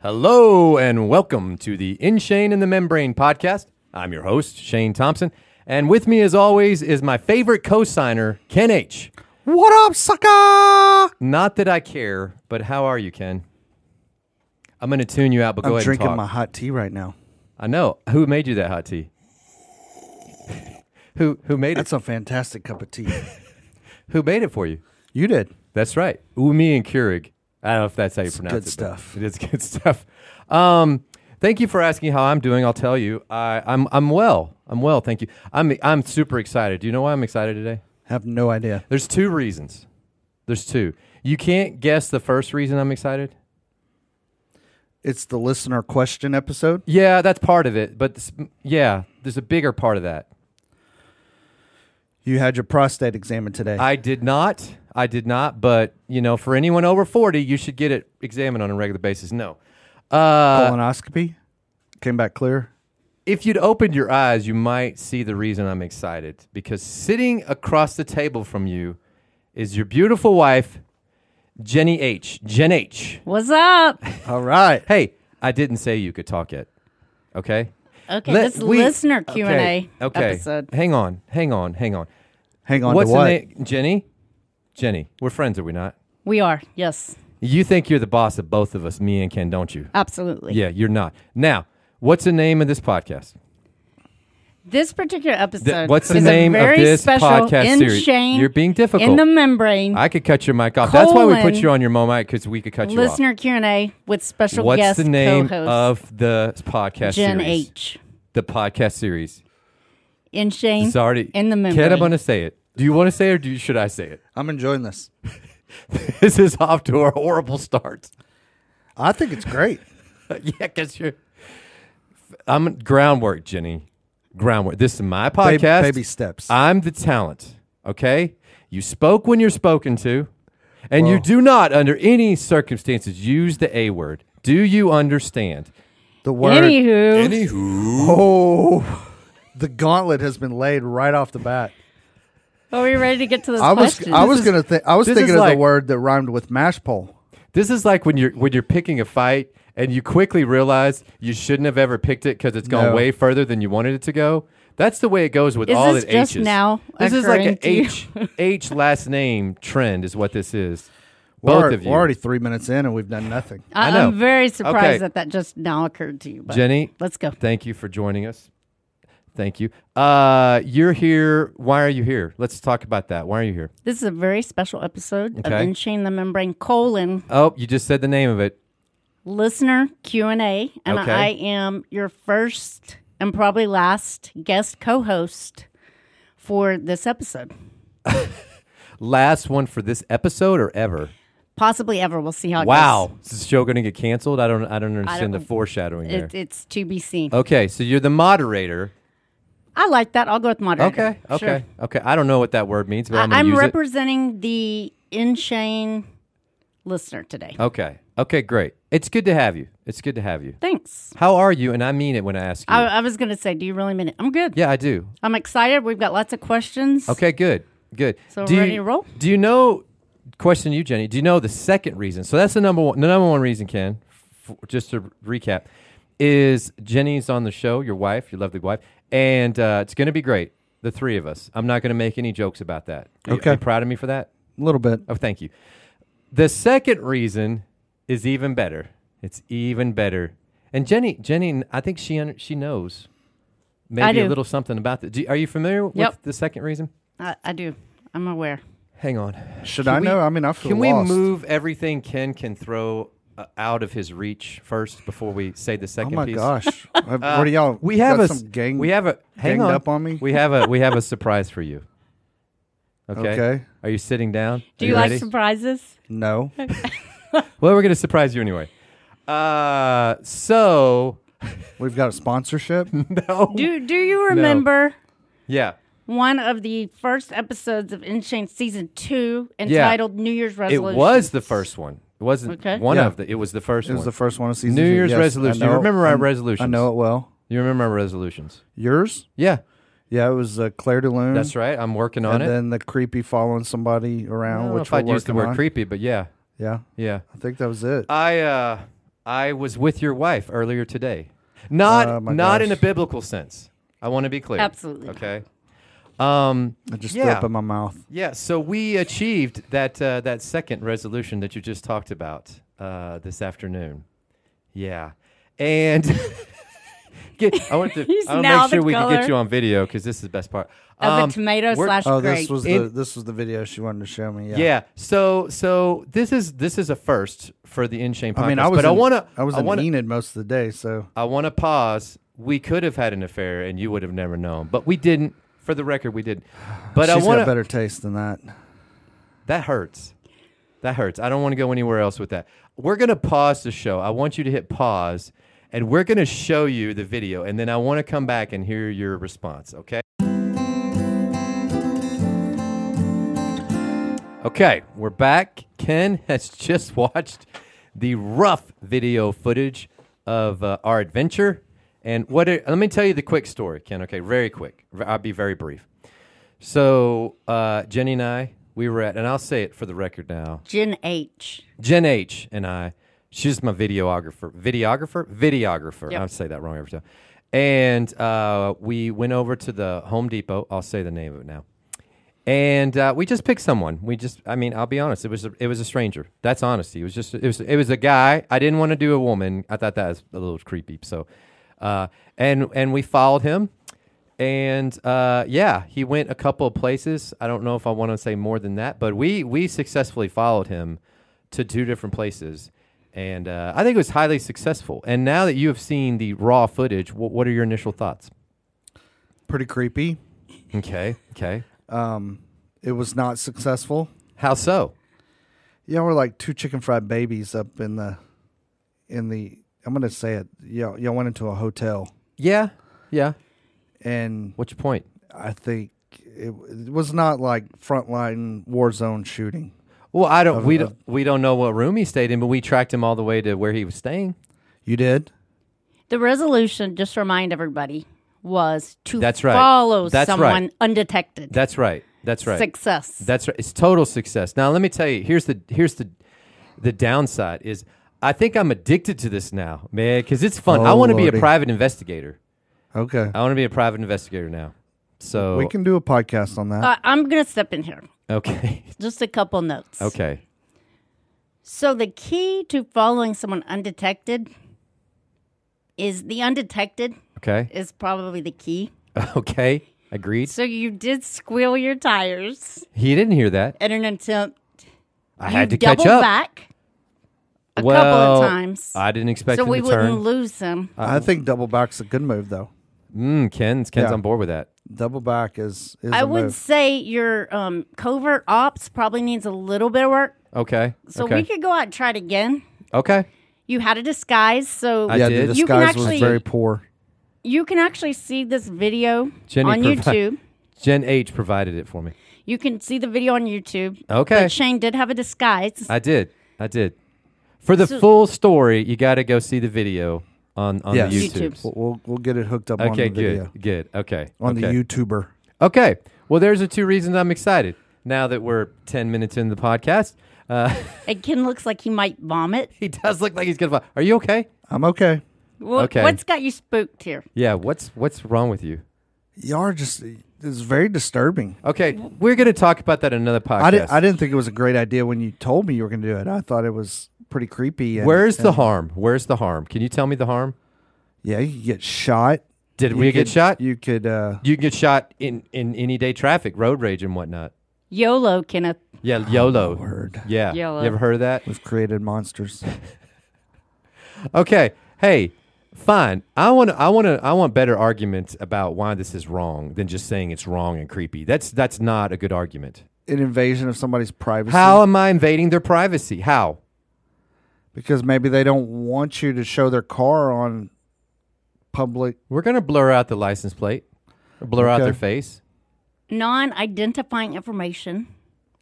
Hello and welcome to the In Shane and the Membrane podcast. I'm your host, Shane Thompson. And with me, as always, is my favorite co signer, Ken H. What up, sucker? Not that I care, but how are you, Ken? I'm going to tune you out, but go I'm ahead drinking and my talk. hot tea right now. I know. Who made you that hot tea? who who made That's it? a fantastic cup of tea. Who made it for you? you did. That's right. Umi and Keurig. I don't know if that's how you pronounce good it. but stuff. It is good stuff. Um, thank you for asking how I'm doing. I'll tell you. I, I'm I'm well. I'm well. Thank you. I'm I'm super excited. Do you know why I'm excited today? Have no idea. There's two reasons. There's two. You can't guess the first reason I'm excited. It's the listener question episode. Yeah, that's part of it. But this, yeah, there's a bigger part of that. You had your prostate examined today. I did not. I did not. But you know, for anyone over 40, you should get it examined on a regular basis. No. Uh, Colonoscopy came back clear. if you'd opened your eyes, you might see the reason I'm excited because sitting across the table from you is your beautiful wife, Jenny H. Jen H. What's up? All right. Hey, I didn't say you could talk yet. Okay. Okay, Let- this we- listener Q and okay, A okay. episode. Hang on. Hang on. Hang on. Hang on What's to what? the name? Jenny. Jenny. We're friends, are we not? We are yes, You think you're the boss of both of us, me and Ken, don't you? absolutely. Yeah, you're not. Now, what's the name of this podcast? This particular episode. what's the is name a of very this special podcast in series? Shane, You're being difficult. in the membrane. I could cut your mic off. That's why we put Colon. you on your mo mic because we could cut you off. listener Q and A with special What's guest the name co-host of the podcast Jen series? H. The podcast series. In Shane. It's already in the membrane. Ken, I'm gonna say it. Do you want to say it or do you, should I say it? I'm enjoying this. This is off to a horrible start. I think it's great. yeah, because you're. I'm groundwork, Jenny. Groundwork. This is my Baby- podcast. baby steps. I'm the talent. Okay, you spoke when you're spoken to, and you do not, under any circumstances, use the a word. Do you understand? The word. Anywho, Anywho, Oh, the gauntlet has been laid right off the bat. are we ready to get to this I was question? I was gonna think I was this is thinking of like- the word that rhymed with mash pole. this is like when you're when you're picking a fight and you quickly realize you shouldn't have ever picked it because it's gone No. way further than you wanted it to go. That's the way it goes with Is all this the just H's. now this is like an occurring H H last name trend is what this is. We're, Both already- of you. we're already three minutes in and we've done nothing. I I, know. am very surprised Okay. that that just now occurred to you, but Jenny, Let's go. Thank you for joining us. Thank you. Uh, you're here. Why are you here? Let's talk about that. Why are you here? This is a very special episode Okay. of In Shane the Membrane colon Oh, you just said the name of it. listener q&a and Okay. i am your first and probably last guest co-host for this episode Last one for this episode or ever? possibly ever we'll see how it Wow, is this show going to get canceled? I don't. I don't understand don't- the foreshadowing goes there. Oh. it, it's to be seen okay, so you're the moderator. i like that i'll go with moderator Okay. Okay. Sure. Okay. I don't know what that word means, but I, am I, going to i'm use it. representing the in shane listener today Okay. Okay. Great. It's good to have you. It's good to have you. thanks How are you? And I mean it when I ask you. I, I was gonna say do you really mean it i'm good yeah, I do. i'm excited we've got lots of questions Okay, good, good. So do we're ready you, to roll? Do you know? Question you, Jenny. Do you know the second reason? So that's the number one. The number one reason, Ken. F- just to recap, is Jenny's on the show. Your wife, your lovely wife, and uh, it's going to be great. The three of us. I'm not going to make any jokes about that. Are you- Are Okay. you proud of me for that? A little bit. Oh, thank you. The second reason is even better. It's even better. And Jenny, Jenny, I think she under, she knows maybe a do. little something about that. Do, are you familiar with Yep. the second reason? I, I do i'm aware Hang on. Should Can I we- know? I mean, I feel Can lost. we move everything Ken can throw uh, out of his reach first before we say the Oh second my piece? Uh, gosh! I've- what do y'all? We have got a some gang. we have a hang ganged on. up on me? We have a we have a surprise for you. Okay. Okay. Are you sitting down? do Are you like ready? surprises no. well, we're gonna surprise you anyway. Uh, so We've got a sponsorship. no. do do you remember Yeah. one of the first episodes of InShane season two entitled New Year's It Resolution. was the first one. It wasn't Okay. one Yeah. of the. It was the first It was one. the first one of season. New two. Year's Yes, I resolution. You know- remember our I- resolutions. I know it well. you remember our resolutions? Yours? Yeah, Yeah, it was uh, Claire de Lune. that's right. I'm working on And it. then the creepy following somebody I around, don't know which if I'd we're use the working word on. creepy, but yeah, Yeah, yeah. I think that was it. I uh, I was with your wife earlier today. Not Oh, my not in a gosh. biblical sense. I want to be clear. Absolutely not. Okay. Um, I just Yeah. threw up in my mouth. yeah, so we achieved that uh, that second resolution that you just talked about uh, this afternoon. Yeah, and get, I want to He's I'll now make the sure we can get color. you on video because this is the best part Of the Um, tomato we're- slash Oh, grape. this was In- the this was the video she wanted to show me. Yeah. Yeah. So so this is this is a first for the in shame podcast. I mean, I was but I in- want to I was I in want to Enid most of the day, so I want to pause. We could have had an affair and you would have never known, but we didn't. For the record, we didn't. But I she's want got to better taste than that. That hurts. That hurts. I don't want to go anywhere else with that. We're going to pause the show. I want you to hit pause and we're going to show you the video and then I want to come back and hear your response, okay? Okay, we're back. Ken has just watched the rough video footage of uh, our adventure. And what it, let me tell you the quick story, Ken, okay? Very quick. I'll be very brief. So uh, Jenny and I, we were at, and I'll say it for the record now. Gen H. Jen H and I, she's my videographer, videographer, videographer. Yep. I say that wrong every time. And uh, we went over to the Home Depot. I'll say the name of it now. And uh, we just picked someone. We just, I mean, I'll be honest. It was a, it was a stranger. That's honesty. It was just it was it was a guy. I didn't want to do a woman. I thought that was a little creepy. So, uh, and and we followed him. And uh, yeah, he went a couple of places. I don't know if I want to say more than that, but we we successfully followed him to two different places, and uh, I think it was highly successful. And now that you have seen the raw footage, what, what are your initial thoughts? Pretty creepy. Okay, okay. Um, it was not successful. How so? Y'all were like two chicken fried babies up in the in the. I'm gonna say it. Y'all, y'all went into a hotel, Yeah, yeah. and What's your point? I think it, it was not like frontline war zone shooting. Well, I don't. We uh, don't. We don't know what room he stayed in, but we tracked him all the way to where he was staying. You did. The resolution, just to remind everybody, was to That's right. follow That's right. someone undetected. That's right. That's right. Success. That's right. It's total success. Now let me tell you. Here's the here's the the downside is I think I'm addicted to this now, man, because it's fun. I Oh, want to be a Lordy. private investigator. Okay, I want to be a private investigator now. So we can do a podcast on that. Uh, I'm going to step in here. okay, Just a couple notes. okay, So the key to following someone undetected is the undetected okay, is probably the key. okay. Agreed. So you did squeal your tires He didn't hear that. in an attempt. I you had to catch doubled up. back a well, couple of times, I didn't expect so him we to turn. wouldn't lose them. I think double back's a good move, though. mm, Ken's Ken's Yeah. on board with that. Double back is is I a would move. say your um, covert ops probably needs a little bit of work. Okay. So okay. we could go out and try it again. okay. You had a disguise, so I Yeah, did. the You can disguise actually- was very poor. you can actually see this video Jenny on provi- YouTube. Gen H provided it for me. You can see the video on YouTube. Okay. But Shane did have a disguise. I did. I did. For the full story, you got to go see the video on on Yes. the YouTube. YouTube. We'll, we'll we'll get it hooked up on Okay, the good, video good. Okay, on okay. the YouTuber. Okay. Well, there's the two reasons I'm excited. Now that we're ten minutes into the podcast, uh, And Ken looks like he might vomit. he does look like he's gonna. Fall. Are you okay? I'm okay. Well, Okay. What's got you spooked here? Yeah. What's What's wrong with you? Y'all are just it's very disturbing. Okay, we're gonna talk about that in another podcast. I didn't I didn't think it was a great idea when you told me you were going to do it. I thought it was pretty creepy. And, Where's the and- harm? Where's the harm? Can you tell me the harm? yeah? You could get shot. Did You we get could- shot? You could. uh You can get shot in in any day traffic, road rage, and whatnot. YOLO, Kenneth. Yeah, YOLO. word. Yeah, YOLO. you ever heard of that? We've created monsters. Okay. Hey, fine. I want I want to I want better arguments about why this is wrong than just saying it's wrong and creepy. That's that's not a good argument. An invasion of somebody's privacy. How am I invading their privacy? How? Because maybe they don't want you to show their car on public. We're going to blur out the license plate. Blur out Okay. their face. Non identifying information.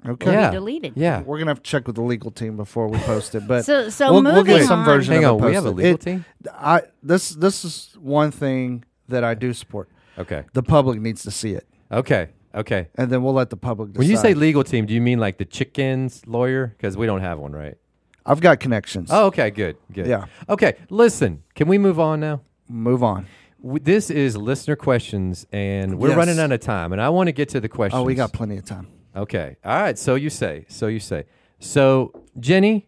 Okay. yeah. deleted. Yeah. We're gonna have to check with the legal team before we post it, but So- so we'll, we'll get moving some on. version. Hang of on, it we have a posted. legal It- team? I this this is one thing that I do support. Okay. The public needs to see it, Okay. Okay. and then we'll let the public. Decide. When you say legal team, do you mean like the chickens lawyer? Because we don't have one, right? I've got connections. Oh, okay, good, good. Yeah. Okay, listen, can we move on now? Move on. W- This is listener questions, and we're Yes. running out of time, and I want to get to the questions. Oh, we got plenty of time. Okay. All right. So you say. So you say. So Jenny,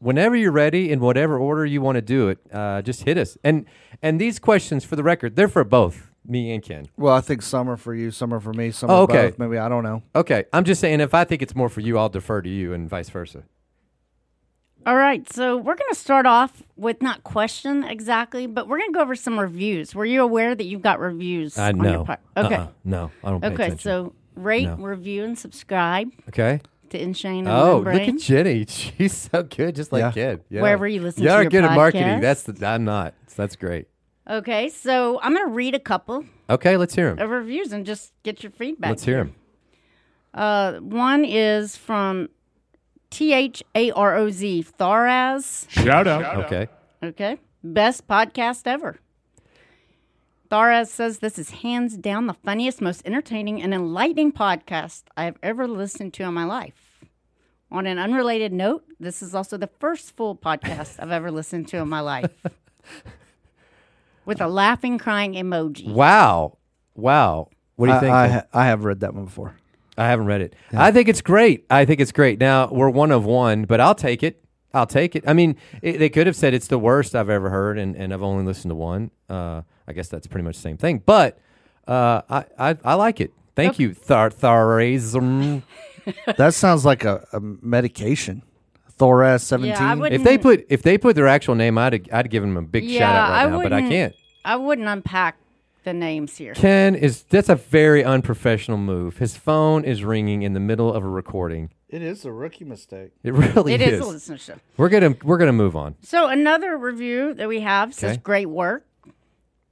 whenever you're ready, in whatever order you want to do it, uh, just hit us. And and these questions, for the record, they're for both me and Ken. Well, I think some are for you, some are for me, some Oh, are okay. both. Maybe I don't know. Okay. I'm just saying, if I think it's more for you, I'll defer to you, and vice versa. All right, so we're going to start off with not question exactly, but we're going to go over some reviews. Were you aware that you've got reviews? I On your know. part? Okay. Uh-uh. No, I don't. Pay Okay, attention. so rate, No. review, and subscribe okay. to In Shane and Oh, Membrane. look at Jenny. She's so good, just like Yeah. Ken. Yeah. Wherever you listen Y'all to are your good at marketing. podcast. That's the, I'm not. So that's great. Okay, so I'm going to read a couple Okay, let's hear him. of reviews and just get your feedback. Let's hear him. Uh, one is from T H A R O Z Tharaz. Shout out. Okay. Okay, best podcast ever. Tharaz says this is hands down the funniest, most entertaining, and enlightening podcast I have ever listened to in my life. On an unrelated note, this is also the first full podcast I've ever listened to in my life. With a laughing, crying emoji. Wow. Wow. What do you I, think? I, Ken? ha- I have read that one before. I haven't read it. I think it's great. I think it's great. Now we're one of one, but I'll take it. I'll take it. I mean, it, they could have said it's the worst I've ever heard, and, and I've only listened to one. Uh, I guess that's pretty much the same thing. But uh, I, I I like it. Thank you, Thar Tharazm. that sounds like a, a medication. Thoraz 17. Yeah, I would- If they put if they put their actual name, I'd I'd give them a big shout out right I now. But I wouldn't- can't. I wouldn't unpack the names here. Ken is that's a very unprofessional move. His phone is ringing in the middle of a recording. it is a rookie mistake. It really It is. is a listenership. We're gonna we're gonna move on. So another review that we have says Okay. great work.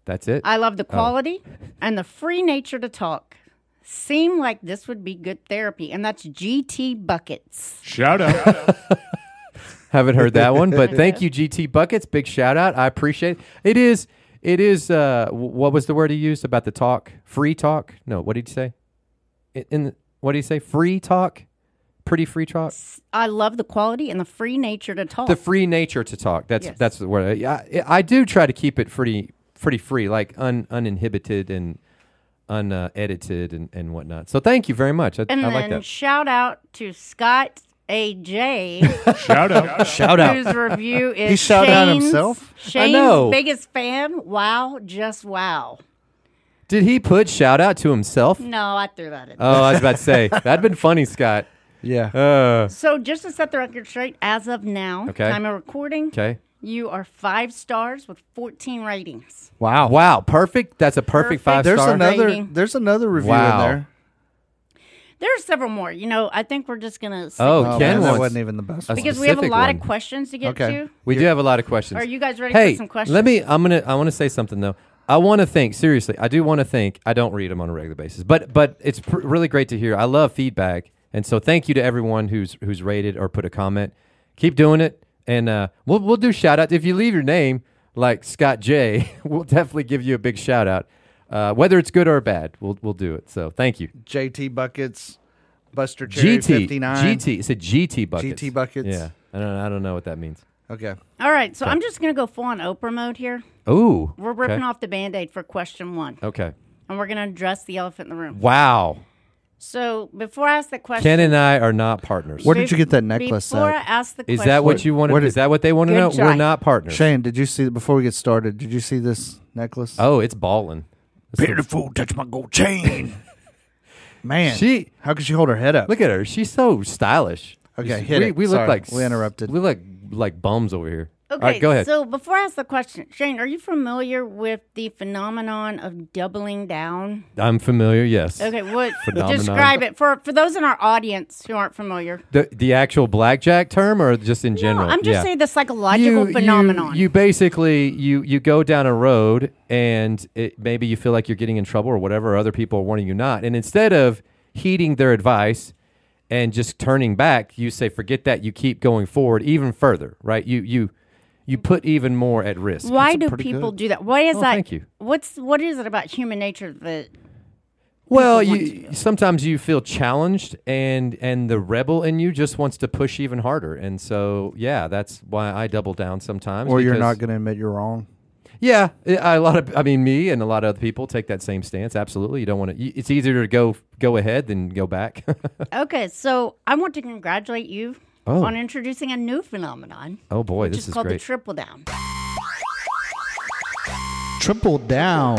That's it. I love the quality and the free nature to talk. Seem like this would be good therapy, and that's GT buckets. Shout out. Haven't heard that one, but thank you, GT Buckets. Big shout out. I appreciate it. It is, it is, uh, w- what was the word he used about the talk? Free talk? No, what did he say? In, in what did he say? Free talk? Pretty free talk? I love the quality and the free nature to talk. The free nature to talk. That's, Yes. that's the word. Yeah, I, I do try to keep it pretty, pretty free, like un, uninhibited and unedited uh, edited and, and whatnot. So thank you very much. I, and I then like that. shout out to Scott AJ, Shout out. Shout whose review is shouted out Shane's- himself? I Shane's know. biggest fan. Wow, just wow. Did he put shout out to himself? No, I threw that in. Oh, I was about to say, that'd been funny, Scott. Yeah. Uh, So just to set the record straight, as of now, Okay. time of recording, okay. you are five stars with 14 ratings. Wow. Wow. Perfect. That's a perfect, Perfect. five There's star. another Rating. there's another review Wow. in there. There are several more. You know, I think we're just gonna stick Oh, with Ken Oh, man, wants- that wasn't even the best. one. because we have a specific lot one. of questions to get Okay. to. we do have a lot of questions. Are you guys ready hey, for some questions? Let me I'm gonna I wanna say something though. I want to think seriously. I do want to think. I don't read them on a regular basis, but but it's pr- really great to hear. I love feedback, and so thank you to everyone who's who's rated or put a comment. Keep doing it, and uh, we'll we'll do shout outs if you leave your name like Scott J. we'll definitely give you a big shout out, uh, whether it's good or bad. We'll we'll do it. So thank you. JT buckets, Buster Cherry GT 59. GT. It's a GT buckets. GT buckets. Yeah, I don't I don't know what that means. Okay. All right, so I'm just gonna go full on Oprah mode here. Ooh. We're ripping off the band aid for question one, Okay. and we're gonna address the elephant in the room. Wow. So before I ask the question, Ken and I are not partners. Where did you get that necklace before I at? ask the Is question, that what you want? What Is is- that what they want to Good know? We're try. not partners. Shane, did you see before we get started, did you see this necklace? Oh, it's balling. Beautiful, touch my gold chain. Man, She- how could she hold her head up? Look at her. She's so stylish. Okay, She's- hit we, it. we look Sorry, like we interrupted. We look like bums over here. Okay, All right, go ahead. So before I ask the question, Shane, are you familiar with the phenomenon of doubling down? I'm familiar. Yes. Okay, what Phenomenon. describe it for for those in our audience who aren't familiar? The the actual blackjack term, or just in general? No, I'm just Yeah. saying the psychological phenomenon. You, basically you you go down a road and it, maybe you feel like you're getting in trouble or whatever. Or other people are warning you not, and instead of heeding their advice and just turning back, you say, "Forget that." You keep going forward even further, right? You you you put even more at risk. Why That's do pretty people good. do that? Why is Oh, that? thank you. What's what is it about human nature that Well, people want to you feel. sometimes you feel challenged, and and the rebel in you just wants to push even harder, and so yeah, that's why I double down sometimes. or you're because- not going to admit you're wrong. Yeah, I, a lot of I mean, me and a lot of other people take that same stance. Absolutely, you don't want to. It's easier to go go ahead than go back. Okay, so I want to congratulate you Oh. on introducing a new phenomenon, oh boy, which this is is called great. the triple down. Triple down.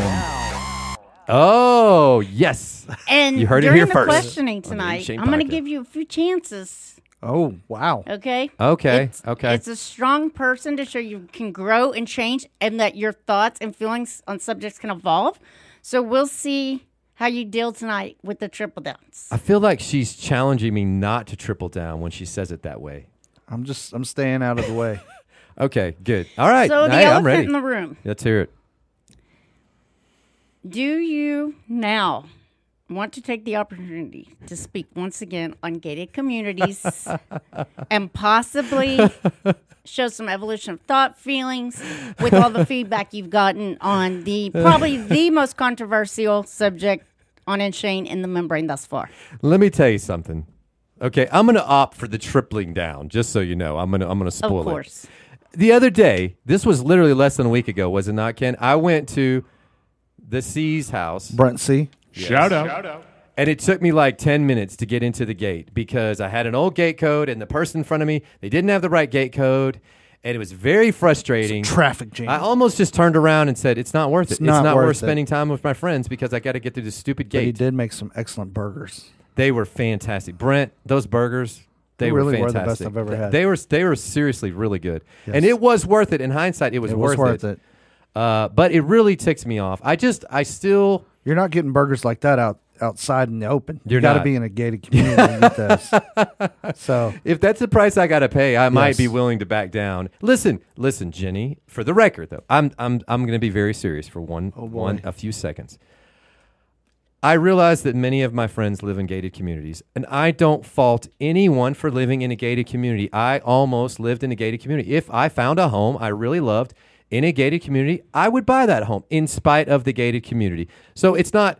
oh yes, And You heard it during here the first. questioning On the Eat tonight, Shame I'm going podcast. to give you a few chances. Oh wow. Okay. Okay, It's- okay. It's a strong person to show you can grow and change, and that your thoughts and feelings on subjects can evolve. So we'll see how you deal tonight with the triple downs. I feel like she's challenging me not to triple down when she says it that way. I'm just I'm staying out of the way. Okay, good. All right, so the hey, I'm elephant ready. in the room. Let's hear it. Do you now want to take the opportunity to speak once again on gated communities and possibly show some evolution of thought feelings with all the feedback you've gotten on the probably the most controversial subject on and Shane in the membrane thus far? Let me tell you something. Okay, I'm gonna opt for the tripling down, just so you know. I'm gonna I'm gonna Of spoil it. course. The other day, this was literally less than a week ago, was it not, Ken? I went to the C's house, Brent C. Shout out. and it took me like ten minutes to get into the gate because I had an old gate code, and the person in front of me they didn't have the right gate code, and it was very frustrating. Traffic jam. I almost just turned around and said, "It's not worth it. It's not not, worth, worth it." spending time with my friends because I got to get through this stupid but he gate." did make some excellent burgers. They were fantastic. Brent, those burgers, they, They were really were the fantastic. best I've ever had. They were they were seriously really good, and it was worth it. In hindsight, it was, It was worth it. Uh, but it really ticks me off. I just I still You're not getting burgers like that out outside in the open. You're you got to not. be in a gated community to get those. So if that's the price I got to pay, I might Yes. be willing to back down. Listen, listen, Jenny. For the record, though, I'm I'm I'm going to be very serious for one one a few seconds. I realize that many of my friends live in gated communities, and I don't fault anyone for living in a gated community. I almost lived in a gated community. If I found a home I really loved in a gated community, I would buy that home in spite of the gated community. So it's not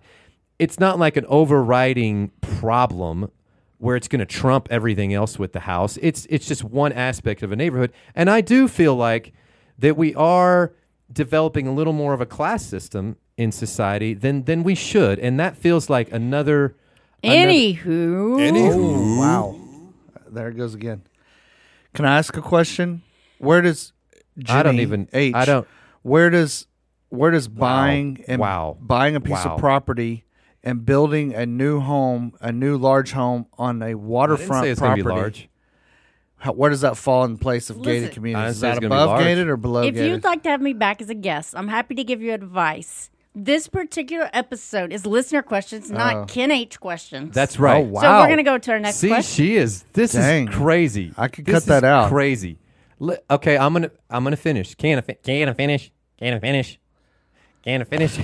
it's not like an overriding problem where it's going to trump everything else with the house. It's it's just one aspect of a neighborhood, and I do feel like that we are developing a little more of a class system in society than than we should, and that feels like another. Anywho, Oh, wow. There it goes again. Can I ask a question? Where does Jenny I don't even- H, I don't- where does where does buying and Wow. buying a piece Wow. of property and building a new home, a new large home on a I didn't waterfront say it's going to property, be large. how- where does that fall in place of Listen. gated I communities? didn't Is say it's that gonna be above large. gated or below if gated? you'd like to have me back as a guest, I'm happy to give you advice. This particular episode is listener questions, not Ken H questions. Oh. That's right. Oh, wow. So we're going to go to our next See, question. she is. This Dang. is crazy. I could This cut that is out. Crazy. Li- okay, I'm gonna I'm gonna finish. Can I, fi- can I finish? Can I finish? Can I finish?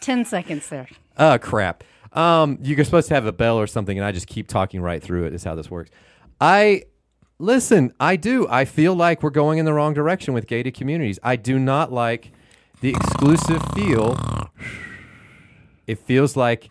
10 seconds there. Oh crap. Um, you're supposed to have a bell or something, and I just keep talking right through it. Is how this works. I listen. I do. I feel like we're going in the wrong direction with gated communities. I do not like the exclusive feel. It feels like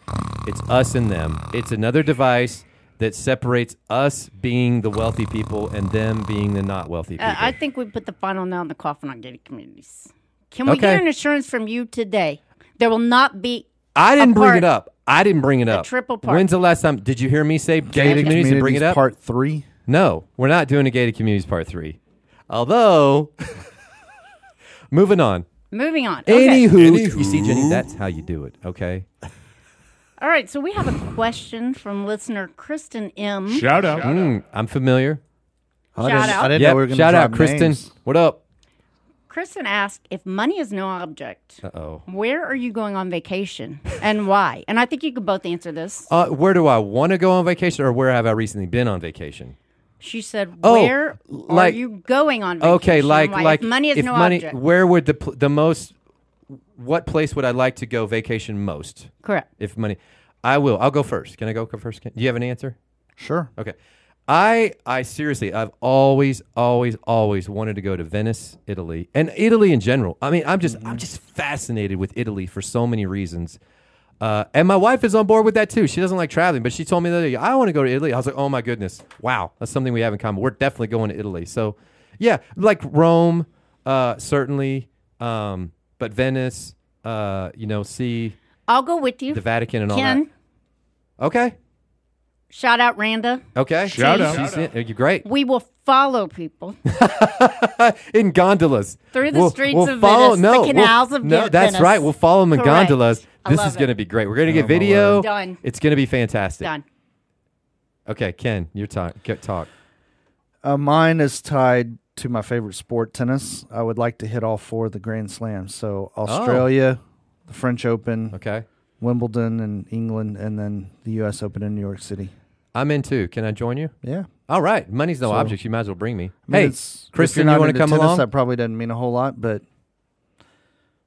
it's us and them. It's another device that separates us being the wealthy people and them being the not wealthy people. Uh, I think we put the final nail in the coffin on gated communities. Can we Okay. get an assurance from you today there will not be I didn't bring it apart. up. I didn't bring it up. triple part. When's the last time? Did you hear me say gated communities and bring it Communities up? part three. No, we're not doing a gated communities part three. Although, moving on. moving on? Okay. Anywho, you see, Jenny, that's how you do it. Okay. All right, so we have a question from listener Kristen M. Shout out. Mm, I'm familiar. I Shout didn't, out. I didn't know Yep. we were going to Shout out, Kristen. What up? Kristen asked if money is no object, Uh oh. where are you going on vacation and why? And I think you could both answer this. Uh, where do I want to go on vacation, or where have I recently been on vacation? She said, Oh, "Where like- are you going on vacation? Okay, and like why? If like money is if no money- object. Where would the pl- the most? What place would I like to go vacation most? Correct. If money, I will. I'll go first. Can I go first? Can, do you have an answer? Sure. Okay. I I seriously, I've always, always, always wanted to go to Venice, Italy, Mm-hmm. and Italy in general. I mean, I'm just I'm just fascinated with Italy for so many reasons. Uh, and my wife is on board with that too. She doesn't like traveling, but she told me the other day, I want to go to Italy. I was like, oh my goodness, wow, that's something we have in common. We're definitely going to Italy. So, yeah, like Rome, uh, certainly, um, but Venice, uh, you know, see I'll go with you. the Vatican and all Ken, that. Okay, shout out Randa. okay, Shout out. She's in- you're great We will follow people. in gondolas Through the streets of Venice, the no, canals of no, Ve- that's Venice. right. We'll follow them in Correct. gondolas. I This love is it. going to be great. We're going Oh, to get video. Done. It's going to be fantastic. Done. Okay, Ken, your time. Get talk. Uh, mine is tied to my favorite sport, tennis. I would like to hit all four of the Grand Slams. So Oh. Australia, the French Open, Okay, Wimbledon, and England, and then the U.S. Open in New York City. I'm in too. Can I join you? Yeah. All right, money's no So- object. You might as well bring me. I mean, hey, it's- if Kristen, you're you not want to into come tennis, along? That probably doesn't mean a whole lot, but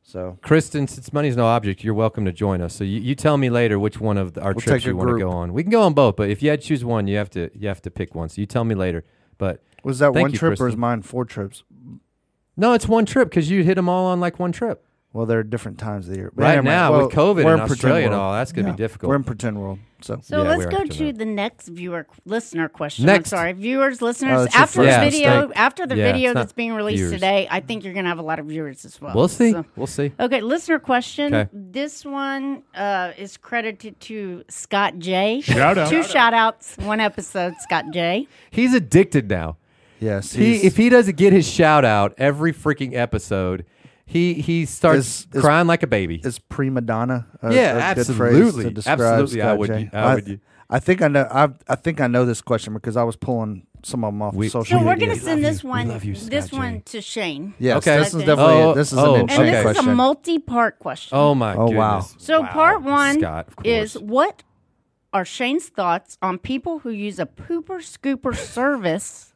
so Kristen, since money's no object, you're welcome to join us. So you, you tell me later which one of the- our We'll take trips a you want to group. go on. We can go on both, but if you had to choose one, you have to you have to pick one. So you tell me later. But was that Thank one you, trip or is Kristen. mine four trips? no, it's one trip because you hit them all on like one trip. Well, there are different times of the year. But Right never mind. now, Well, with COVID we're and in pretend Australia and world. all, that's going to Yeah. be difficult. We're in pretend world. So So Yeah, let's we are go into to that. the next viewer listener question. Next. Oh, I'm sorry, viewers, listeners. it's your after the first video, mistake. after the Yeah, video it's not that's being released viewers. today, I think you're going to have a lot of viewers as well. We'll see. So- We'll see. Okay, listener question. Okay. This one uh, is credited to Scott J. Shout out. Two Shout out. shout outs, one episode, Scott J. He's addicted now. yes, He, he's- if he doesn't get his shout out every freaking episode, he he starts Is- is- crying like a baby. is prima donna. A, Yeah, a good phrase absolutely. to describe Absolutely, I Scott would- Jay? I would- I think I know. I, I think I know this question because I was pulling some of them off We- social So we're media. going to send you. this We one, love you, this Scott J. one to Shane. yes, Okay. this is Oh, definitely it. this is oh, an okay. And interesting this is question. a multi-part question. oh my Oh, goodness! wow. So Wow. part one Scott, of is course. what are Shane's thoughts on people who use a pooper scooper service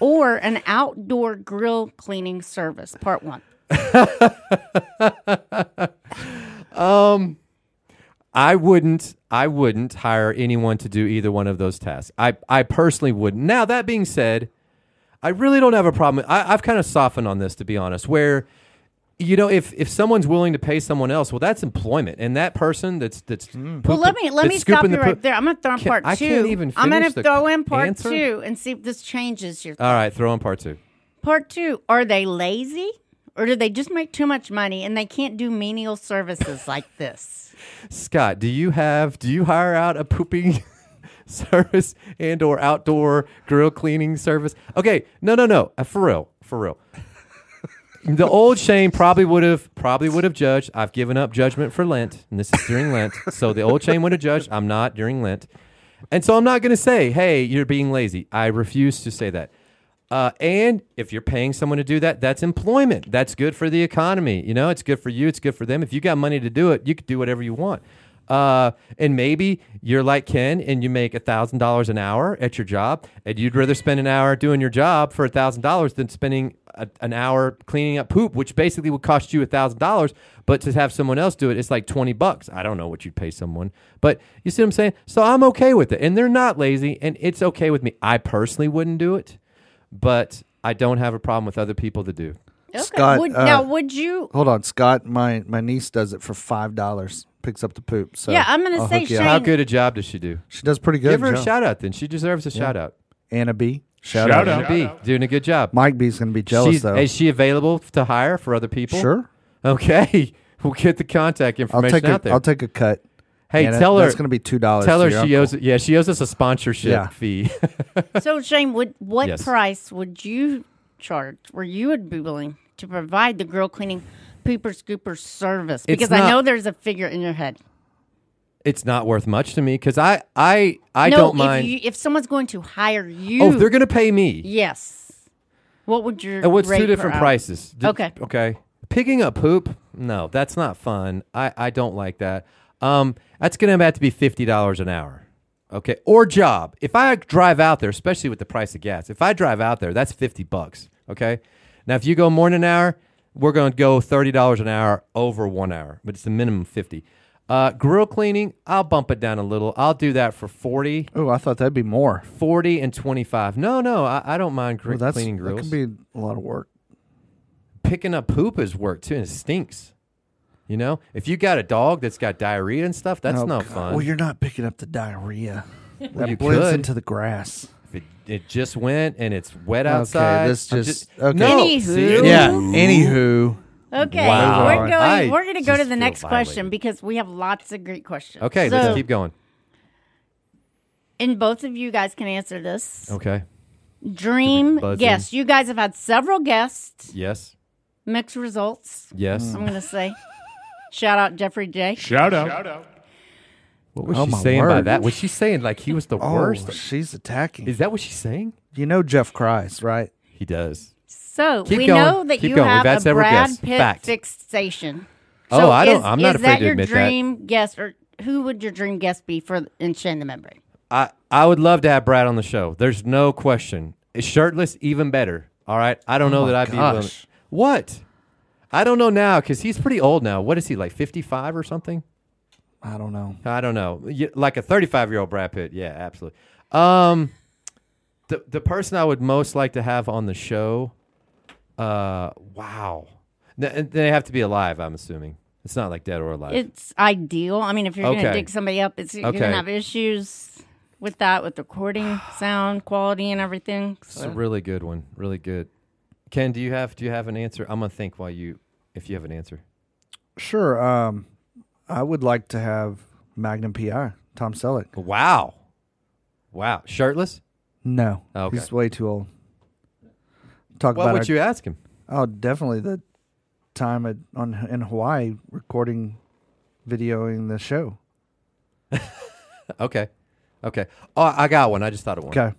or an outdoor grill cleaning service? Part one. I wouldn't I wouldn't hire anyone to do either one of those tasks. I, I personally wouldn't. Now that being said, I really don't have a problem. I, I've kind of softened on this to be honest, where you know, if if someone's willing to pay someone else, well that's employment. And that person that's that's Well, let me let me stop you right there. there. I'm going to throw in Can't- part two. I can't even I'm gonna finish the throw in part answer. two and see if this changes your All right, throw in part two. part two. Are they lazy or do they just make too much money and they can't do menial services like this? Scott, do you have do you hire out a pooping service and or outdoor grill cleaning service? Okay, no, no, no, uh, for real, for real. the old Shane probably would have probably would have judged. I've given up judgment for Lent, and this is during Lent. So the old Shane would have judged. I'm not during Lent, and so I'm not going to say, "Hey, you're being lazy." I refuse to say that. Uh, and if you're paying someone to do that, that's employment. That's good for the economy. You know, it's good for you. It's good for them. If you got money to do it, you could do whatever you want. Uh, and maybe you're like Ken and you make thousand dollars an hour at your job, and you'd rather spend an hour doing your job for thousand dollars than spending a, an hour cleaning up poop, which basically would cost you thousand dollars. But to have someone else do it, it's like twenty bucks. I don't know what you'd pay someone, but you see what I'm saying. So I'm okay with it, and they're not lazy, and it's okay with me. I personally wouldn't do it, but I don't have a problem with other people that do. Okay. Scott, would, uh, now, would you? Hold on, Scott. My my niece does it for five dollars. Picks up the poop. So Yeah, I'm gonna I'll say hook you Shane- up. How good a job does she do? She does pretty good. Give her a job. shout out, then she deserves a shout out. Anna B. Shout, Shout out. out. Anna B, doing a good job. Mike B's gonna be jealous She's- though. Is she available to hire for other people? sure. Okay. We'll get the contact I'll information take a out there. will take a cut. hey, Anna, tell her. that's gonna be two dollars. Tell her she owes. Yeah, she owes us a sponsorship Yeah. fee. So Shane, would what Yes. price would you charge? Where you would be willing to provide the grill cleaning pooper scooper service? Because I not- know there's a figure in your head. it's not worth much to me because I, I, I no, don't if mind. You, if someone's going to hire you, oh, they're gonna pay me. yes. What would your And what's Uh, rate two per different hour? prices? Did- Okay. Okay. Picking up poop? No, that's not fun. I, I don't like that. Um, that's gonna have to be fifty dollars an hour. Okay. Or job. If I drive out there, especially with the price of gas, if I drive out there, that's fifty bucks. Okay. Now if you go more than an hour, we're gonna go thirty dollars an hour over one hour, but it's the minimum fifty. Uh, grill cleaning, I'll bump it down a little. I'll do that for forty. Oh, I thought that'd be more. 40 and 25. No, no, I, I don't mind gr- Well, that's cleaning grills. that could be a lot of work. Picking up poop is work too, and it stinks. You know, if you got a dog that's got diarrhea and stuff, that's Oh, no God. fun. Well, you're not picking up the diarrhea. That you blends could. into the grass. If it, it just went and it's wet Okay, outside. this I'm just- okay. no. Anywho. see? Yeah. Anywho, Okay, Wow. Move we're on. going. I we're going to go to just the feel next question violated. because we have lots of great questions. Okay, so, let's keep going. and both of you guys can answer this. Okay. Did Dream we buzz guess. You guys have had several guests, Yes. mixed results. Yes. Mm. I'm going to say, shout out Jeffrey J. Shout out. What was Oh, she my saying by word. that? Was she saying like he was the oh, worst? she's attacking. Is that what she's saying? you know Jeff cries, right? He does. So Keep we going. know that Keep you going. We've have had a several Brad guests. Pitt Fact. fixation. Oh, So I don't- Is, I'm not is afraid that to your admit that. dream guest, or who would your dream guest be for in Shane the Membrane? I, I would love to have Brad on the show. There's no question. Shirtless, even better. All right. I don't know Oh my that I'd be willing. gosh. What? I don't know now because he's pretty old now. What is he like, 55 or something? I don't know. I don't know. Y- Like a 35 year old Brad Pitt. Yeah, absolutely. Um, the the person I would most like to have on the show. Uh, wow. N- and they have to be alive. I'm assuming it's not like dead or alive. It's ideal. I mean, if you're going Okay. to dig somebody up, it's you're going Okay. to have issues with that, with recording, sound quality, and everything. It's a really good one. Really good. Ken, do you have do you have an answer? I'm gonna think while you if you have an answer. Sure. Um, I would like to have Magnum PI, Tom Selleck. Wow. Wow. Shirtless? No, Okay. he's way too old. Talk What about would our- you ask him? oh, definitely the time at, on in Hawaii recording, videoing the show. Okay. Okay. Oh, I got one. I just thought of one. Okay,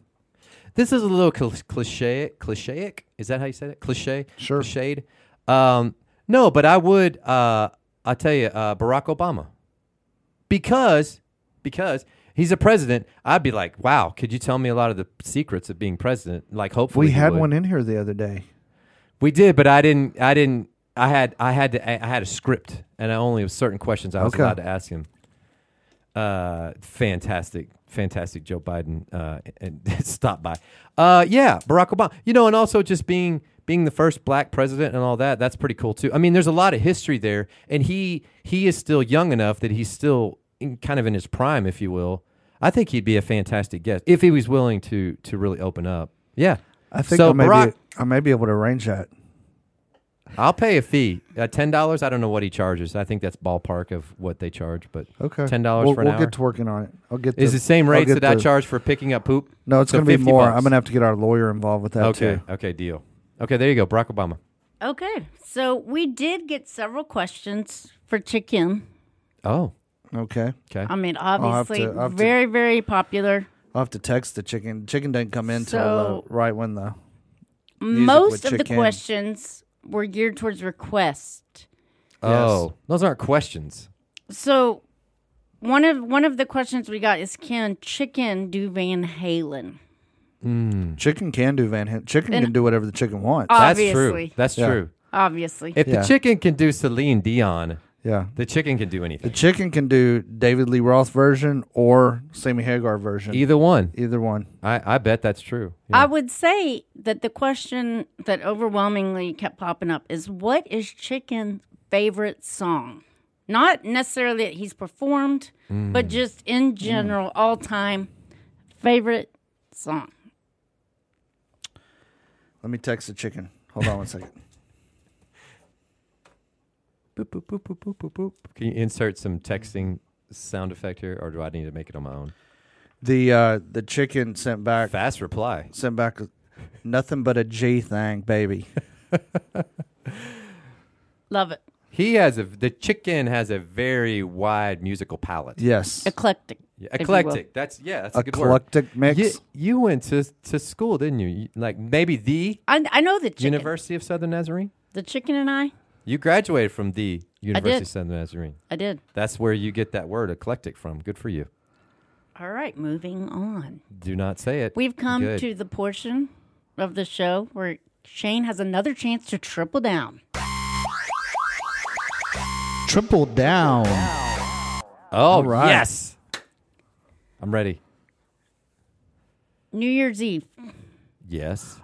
This is a little cl- cliche, clichéic. Is that how you said it? Cliche. Sure. Cliched. Um, no, but I would. Uh, I tell you, uh, Barack Obama, because because he's a president. I'd be like, wow. Could you tell me a lot of the secrets of being president? Like, hopefully, we he had would. one in here the other day. We did, but I didn't. I didn't. I had. I had to. I had a script, and I only certain questions I was Okay. allowed to ask him. Uh, fantastic, fantastic. Joe Biden uh, and stop by. Uh, yeah, Barack Obama. You know, and also just being being the first black president and all that. That's pretty cool too. I mean, there's a lot of history there, and he he is still young enough that he's still in, kind of in his prime, if you will. I think he'd be a fantastic guest if he was willing to to really open up. Yeah, I think so. I may Barack, be I may be able to arrange that. I'll pay a fee. Uh, ten dollars. I don't know what he charges. I think that's ballpark of what they charge, but Okay, ten dollars We'll, for an we'll hour get to working on it. I'll get is the, the same I'll rates get that I the- charge for picking up poop. No, it's So going to be 50 more. bucks. I'm going to have to get our lawyer involved with that Okay. too. Okay. Deal. Okay. There you go. Barack Obama. Okay, so we did get several questions for Chicken. Oh. Okay, Okay. I mean, have obviously, to- I'll have to- very, very popular. I'll have to text the chicken. Chicken didn't come in till uh, So- right when the with Most of the Chicken. questions were geared towards request. Oh. Those aren't questions. So one of one of the questions we got is can Chicken do Van Halen? chicken can do Van. Halen. Chicken And- can do whatever the chicken wants. Obviously, That's true. That's Yeah. true. obviously. If Yeah. the chicken can do Celine Dion, yeah, the chicken can do anything. The chicken can do David Lee Roth version or Sammy Hagar version. Either, Either one. one. I, I bet that's true. Yeah. I would say that the question that overwhelmingly kept popping up is what is Chicken's favorite song? Not necessarily that he's performed, Mm. but just in general, all time favorite song. Let me text the chicken. Hold on one second. Boop, boop, boop, boop, boop, boop, boop. Can you insert some texting sound effect here, or do I need to make it on my own? The uh, the chicken sent back Fast reply. sent back nothing but a G thing, baby. Love it. He has a the chicken has a very wide musical palette. Yes. Eclectic. Yeah, if you will. Eclectic. That's yeah, that's a good Eclectic word. mix. You, you went to to school, didn't you? You- Like maybe the I, I know the chicken. University of Southern Nazarene. The chicken and I, You graduated from the University of did. Southern Nazarene. I did. That's where you get that word eclectic from. Good for you. All right, moving on. Do not say it. We've come Good. to the portion of the show where Shane has another chance to triple down. Triple down. Oh right. yes, I'm ready. New Year's Eve, Yes.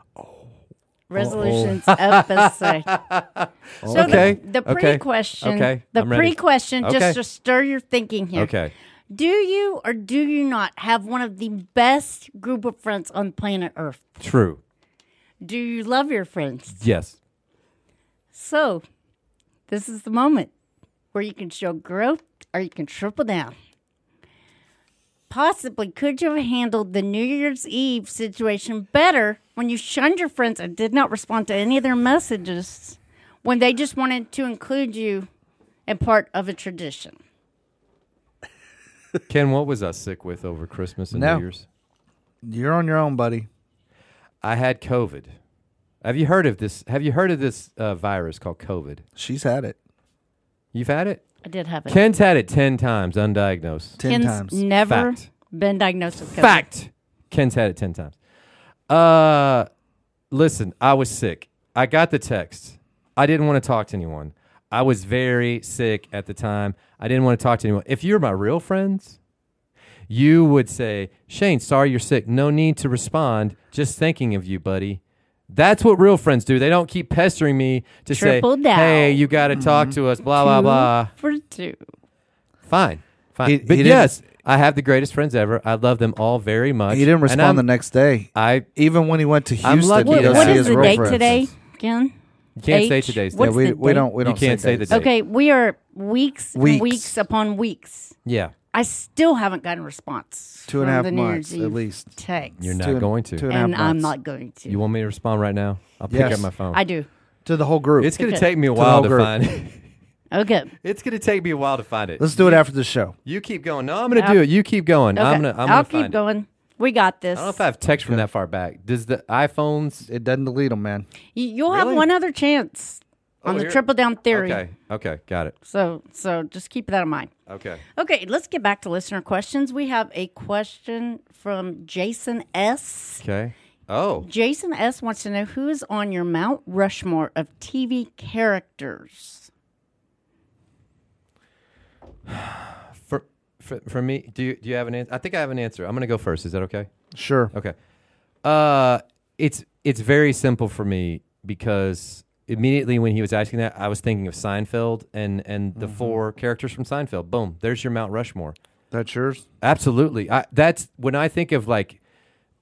resolutions episode. So Okay, the, the okay, pre question, okay, the I'm ready. pre question, Okay. just to stir your thinking here. Okay. Do you or do you not have one of the best group of friends on planet Earth? True. Do you love your friends? Yes. So, this is the moment where you can show growth or you can triple down. Possibly, could you have handled the New Year's Eve situation better when you shunned your friends and did not respond to any of their messages when they just wanted to include you in part of a tradition? Ken, what was I sick with over Christmas and No. New Year's? You're on your own, buddy. I had COVID. Have you heard of this? Have you heard of this uh, virus called COVID? She's had it You've had it. I did have it. Ken's had it ten times, undiagnosed. ten Ken's times. never Fact. been diagnosed with COVID. Fact. Ken's had it 10 times. Uh, listen, I was sick. I got the text. I didn't want to talk to anyone. I was very sick at the time. I didn't want to talk to anyone. If you're my real friends, you would say, Shane, sorry you're sick. No need to respond. Just thinking of you, buddy. That's what real friends do. They don't keep pestering me to Triple say, down. hey, you got to talk to us, blah, blah, Two blah. For two. Fine. Fine. He- but he didn't- yes, I have the greatest friends ever. I love them all very much. He didn't And I'm- respond the next day. I Even when he went to I'm Houston, lucky to that- go does What, what see is his the real date friends. today, Ken? you can't say H? today's What Yeah, date. is we, the we date? don't we You don't can't say the dates. date. Okay, we are weeks, and Weeks. weeks upon weeks. Yeah, I still haven't gotten a response. Two and a from half the New months Year's Eve at least. Text. you're not Two and- going to. two and a half and I'm months. not going to. You want me to respond right now? I'll pick Yes. up my phone. I do. to the whole group. it's gonna Okay. take me a the while whole to group. find it. Okay. It's gonna take me a while to find it. Let's do it after the show. You keep going. No, I'm gonna do it. You keep going. Okay. I'm gonna. I'm will gonna keep find It. going. We got this. I don't know if I have text from that far back. Does the iPhones? It doesn't delete them, man. You- You'll Really? have one other chance Oh, on the here- triple down theory. Okay. Okay. Got it. So, so just keep that in mind. Okay. Okay, let's get back to listener questions. We have a question from Jason S. Okay. Oh. Jason S wants to know who is on your Mount Rushmore of TV characters. For, for for me, do you do you have an answer? I think I have an answer. I'm gonna go first. Is that okay? Sure. Okay. Uh, it's it's very simple for me because immediately when he was asking that, I was thinking of Seinfeld and and the four characters from Seinfeld. Boom, there's your Mount Rushmore. That's yours. Absolutely. I, that's when I think of like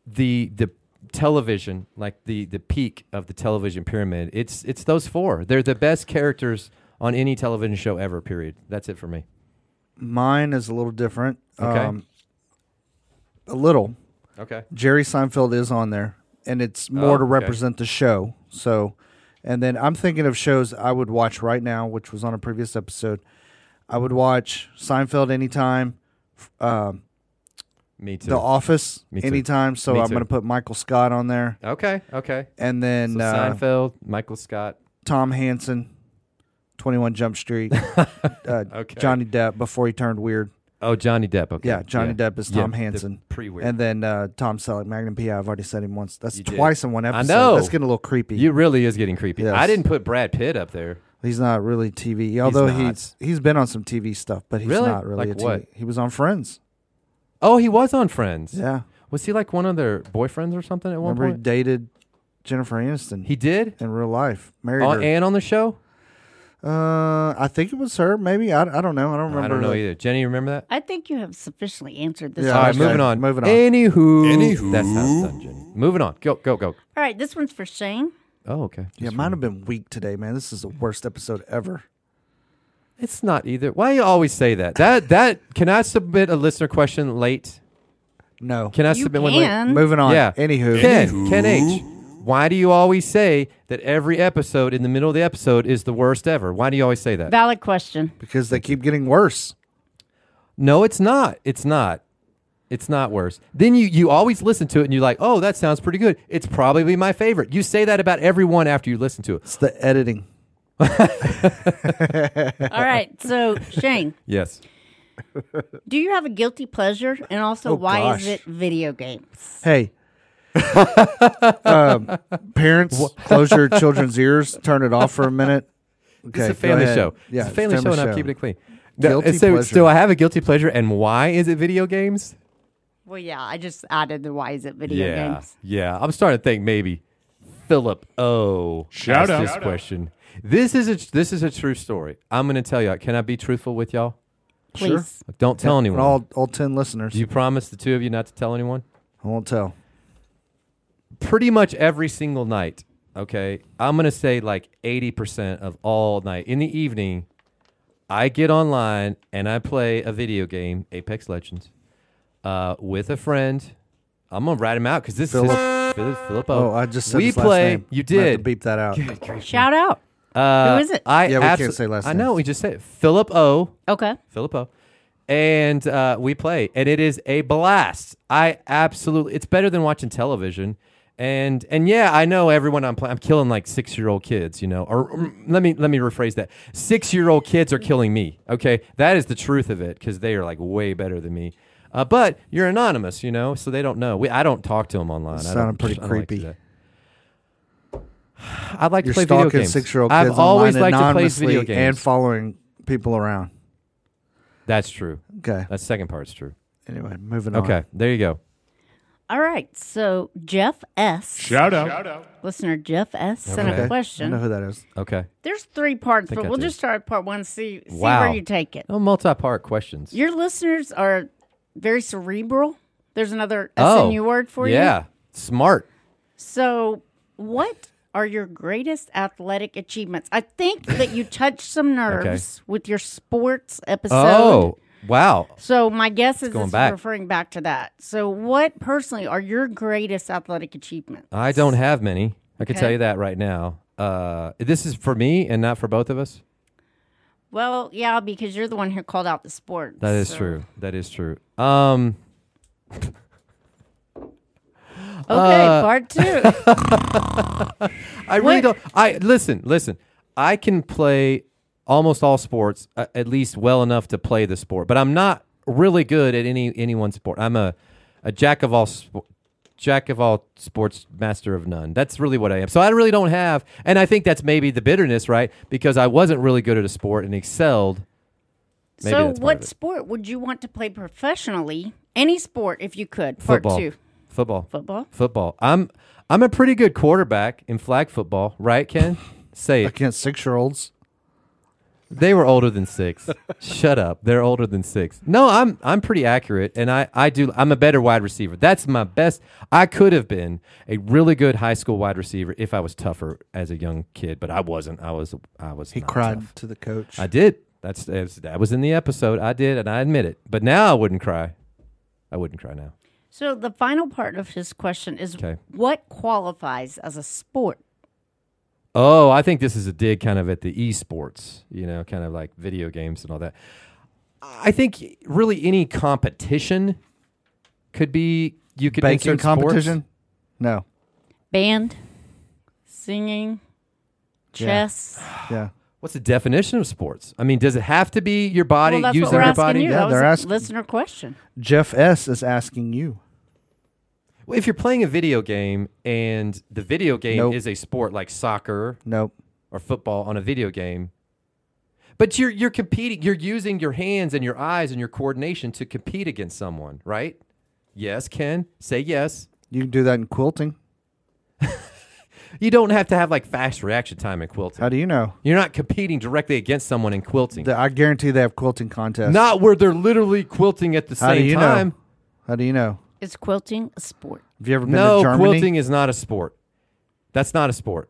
the the television, like the the peak of the television pyramid. It's it's those four. They're the best characters on any television show ever. Period. That's it for me. Mine is a little different. Okay. Um, a little. Okay. Jerry Seinfeld is on there, and it's more Oh, to okay. represent the show. So, and then I'm thinking of shows I would watch right now, which was on a previous episode. I would watch Seinfeld anytime, f- um, Me too. The Office Me too. anytime. So Me I'm too. going to put Michael Scott on there, okay. Okay. and then So uh, Seinfeld, Michael Scott. Tom Hansen, Twenty One Jump Street, uh, Okay. Johnny Depp before he turned weird. Oh, Johnny Depp. Okay. Yeah, Johnny Depp is Tom Hansen. Pre weird. And then uh, Tom Selleck, Magnum PI. I've already said him once. That's You did. twice in one I episode. know. That's getting a little creepy. You really is getting creepy. Yes. I didn't put Brad Pitt up there. He's not really TV, although not. he's he's, been on some TV stuff, but he's Really? not really Like a TV. what? He was on Friends. Oh, he was on Friends. Yeah, Was he like one of their boyfriends or something at one remember he point? dated Jennifer Aniston He did? in real life, married On, her. and on the show? uh, I think it was her. Maybe I, I don't know. I don't remember. I don't know the- either. Jenny, you remember that? I think you have sufficiently answered this. Yeah, All one. right, okay. moving on. Moving on. Anywho. That's how it's done, Jenny. Moving on. Go, go, go. All right, this one's for Shane. Oh, okay. Yeah, mine have been weak today, man. This is the worst episode ever. It's not either. Why you always say that? That, that, can I submit a listener question late? No. Can I You submit one late? can. Moving on. Yeah. Anywho, Ken, Ken H. Why do you always say that every episode in the middle of the episode is the worst ever? Why do you always say that? Valid question. because they keep getting worse. No, it's not. It's not. It's not worse. Then you you always listen to it and you're like, oh, that sounds pretty good. It's probably my favorite. You say that about everyone after you listen to it. It's the editing. All right, so Shane, Yes. do you have a guilty pleasure, and Oh, also why is gosh. it video games? Hey. um, parents, close your children's ears. Turn it off for a minute. Okay, it's a go family ahead. show. Yeah, it's a family, show, and I'm keeping it clean. No, Guilty and so, pleasure. so I have a guilty pleasure, and why is it video games? Well, yeah, I just added the why is it video games. yeah. I'm starting to think maybe Philip O. Shout asked out. this Shout out. question. This is a this is a true story. I'm going to tell you. Can I be truthful with y'all? Sure. Please. Don't tell And anyone. All all ten listeners. Do you promise the two of you not to tell anyone? I won't tell. pretty much every single night. Okay, I'm gonna say like 80% of all night in the evening. I get online and I play a video game, Apex Legends, uh, with a friend. I'm gonna write him out because this is Philip. Philip. Philip O. Oh, I just said we his last play. name. You I'm gonna have to did. beep that out. Shout out. Uh, Who is it? I Yeah, we can't abso- say last I names. know. We just said it. Philip O. Okay. Filippo. And uh, we play, and it is a blast. I absolutely, it's better than watching television. And and yeah, I know everyone I'm playing. I'm killing like six year old kids, you know. Or, or let me let me rephrase that. Six year old kids are killing me. Okay, that is the truth of it because they are like way better than me. Uh, but you're anonymous, you know, so they don't know. We, I don't talk to them online. I don't- sounded pretty I don't like to creepy. do that. I'd like to You're play video stalking games. six year old kids I've always online liked to play anonymously video games. and following people around. That's true. Okay. That second part's true. Anyway, moving on. Okay, there you go. All right. So Jeff S. Shout out. listener Jeff S. sent Okay. a I know question. who that is. Okay. There's three parts, I but we'll do. just start with part one. See see Wow. where you take it. No Oh, multi-part questions. Your listeners are very cerebral. There's another Oh, SNU word for you. Yeah, smart. So, what are your greatest athletic achievements? I think that you touched some nerves with your sports episode. oh, wow. So, my guess is going it's back. referring back to that. So, what personally are your greatest athletic achievements? I don't have many. I can tell Okay. you that right now. Uh, this is for me and not for both of us. Well, yeah, because you're the one who called out the sports. That is so- true. That is true. Um, Okay, Uh, part two. I really What- don't. I listen, listen. I can play almost all sports uh, at least well enough to play the sport, but I'm not really good at any any one sport. I'm a a jack of all spo- jack of all sports, master of none. That's really what I am. So I really don't have, and I think that's maybe the bitterness, right? Because I wasn't really good at a sport and excelled. Maybe so, that's part of what it. sport would you want to play professionally? Any sport, if you could. Part Football. two. Football. Football. Football. I'm I'm a pretty good quarterback in flag football, right, Ken? Say it. Against six year olds. They were older than six. Shut up. They're older than six. No, I'm I'm pretty accurate, and I I do. I'm a better wide receiver. That's my best. I could have been a really good high school wide receiver if I was tougher as a young kid, but I wasn't. I was I was. He not cried tough. to the coach. I did. That's that's- that was in the episode. I did, and I admit it. But now I wouldn't cry. I wouldn't cry now. So the final part of his question is Okay. what qualifies as a sport? Oh, I think this is a dig kind of at the esports, you know, kind of like video games and all that. I think really any competition could be you could Baking insert sports. competition? No. Band, singing, chess. Yeah. What's the definition of sports? I mean, does it have to be your body Well, that's what using we're your asking body? you. Yeah, that was they're a asking- listener question. Jeff S is asking you. Well, If you're playing a video game and the video game Nope. is a sport like soccer Nope. or football on a video game, but you're you're competing, you're using your hands and your eyes and your coordination to compete against someone, right? Yes, Ken, say yes. You can do that in quilting. You don't have to have like fast reaction time in quilting. How do you know? You're not competing directly against someone in quilting. The- I guarantee they have quilting contests. not where they're literally quilting at the How do same you time. know? How do you know? Is quilting a sport? Have you ever been to No, Germany? quilting is not a sport. That's not a sport.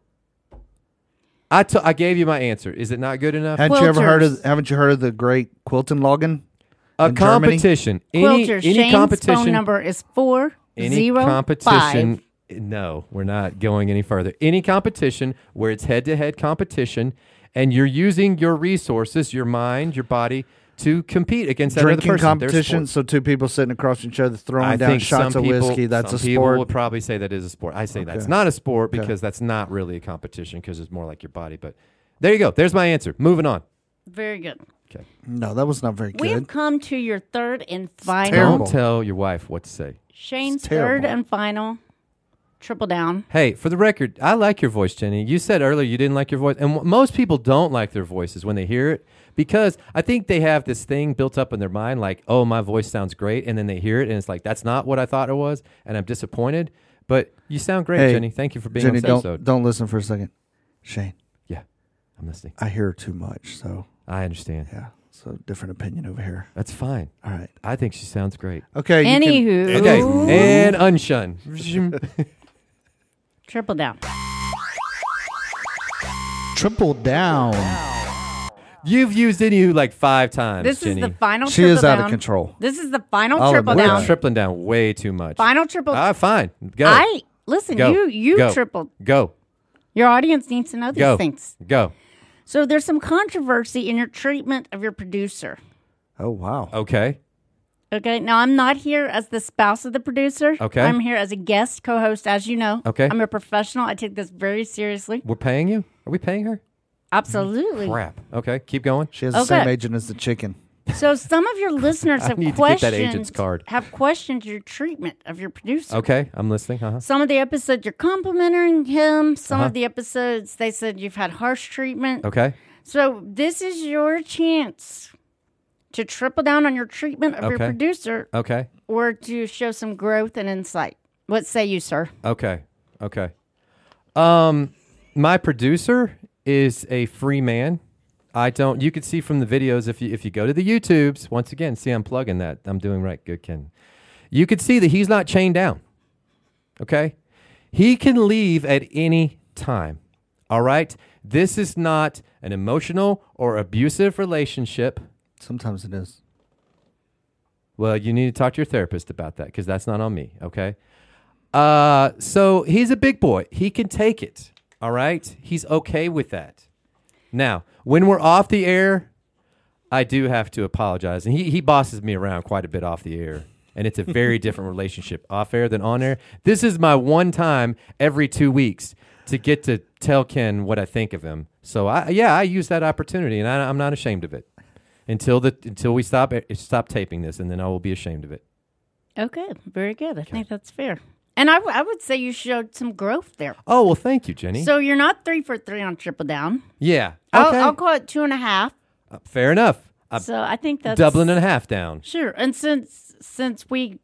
I to- I gave you my answer. Is it not good enough? Haven't you ever heard Quilters. of? Haven't you heard of the great quilting logging? a in Germany? competition. Any, Quilter, any Shane's competition. phone number is four any zero competition five. no we're not going any further any competition where it's head-to-head competition and you're using your resources your mind your body to compete against that Drinking other person There's competition. sports. So two people sitting across each other throwing I down think shots some of people, whiskey. That's some a people would sport. probably say that is a sport. I say that's not a sport because that's not really a competition because it's more like your body. But there you go. There's my answer. Moving on. Very good. No, that was not very We have good. come to your third and terrible. final. Don't tell your wife what to say. Shane's It's terrible. third and final triple down. Hey, for the record, I like your voice, Jenny. You said earlier you didn't like your voice, and w- most people don't like their voices when they hear it because I think they have this thing built up in their mind like, "Oh, my voice sounds great," and then they hear it and it's like, "That's not what I thought it was," and I'm disappointed. But you sound great, Hey, Jenny. Thank you for being Jenny, on this don't episode. don't listen for a second. Shane, I'm listening. I hear too much, so I understand. yeah, so different opinion over here. That's fine. All right, I think she sounds great. okay. you can- Anywho, Okay, and unshun. triple down. triple down. You've used anywho like five times, This Jenny. is the final. She triple is out down. of control. This is the final I'll triple admit We're down. that. tripling down way too much. final triple. Ah, fine. Go. I listen. Go. You you Go. tripled. Go. Your audience needs to know these Go. things. Go. So there's some controversy in your treatment of your producer. Oh wow. Okay. Okay. Now I'm not here as the spouse of the producer. Okay. I'm here as a guest co-host, as you know. Okay. I'm a professional. I take this very seriously. We're paying you? Are we paying her? Absolutely. Crap. Okay. Keep going. She has the Okay. same agent as the chicken. So some of your listeners I have need to get that questioned agent's card. Oh. have questioned your treatment of your producer. Okay. I'm listening. Uh-huh. Some of the episodes you're complimenting him. Some Uh-huh. of the episodes they said you've had harsh treatment. Okay. So this is your chance to triple down on your treatment of your Okay. producer Okay. or to show some growth and insight. What say you, sir? Okay. Okay. Um, my producer is a free man. I don't. You can see from the videos if you if you go to the YouTubes once again. See, I'm plugging that. I'm doing right, good, Ken. You can see that he's not chained down. Okay, he can leave at any time. All right. This is not an emotional or abusive relationship. Sometimes it is. Well, you need to talk to your therapist about that because that's not on me. Okay. Uh, so he's a big boy. He can take it. All right. He's okay with that. Now, when we're off the air, I do have to apologize. And he, he bosses me around quite a bit off the air. And it's a very different relationship off air than on air. This is my one time every two weeks to get to tell Ken what I think of him. So I yeah, I use that opportunity and I, I'm not ashamed of it. Until the until we stop eh, stop taping this and then I will be ashamed of it. Okay, very good. I think that's fair. And I, w- I would say you showed some growth there. Oh well thank you, Jenny. So you're not three for three on triple down. yeah. I'll, Okay. I'll call it two and a half. Uh, fair enough. I'm So I think that's doubling and a half down. Sure. And since since we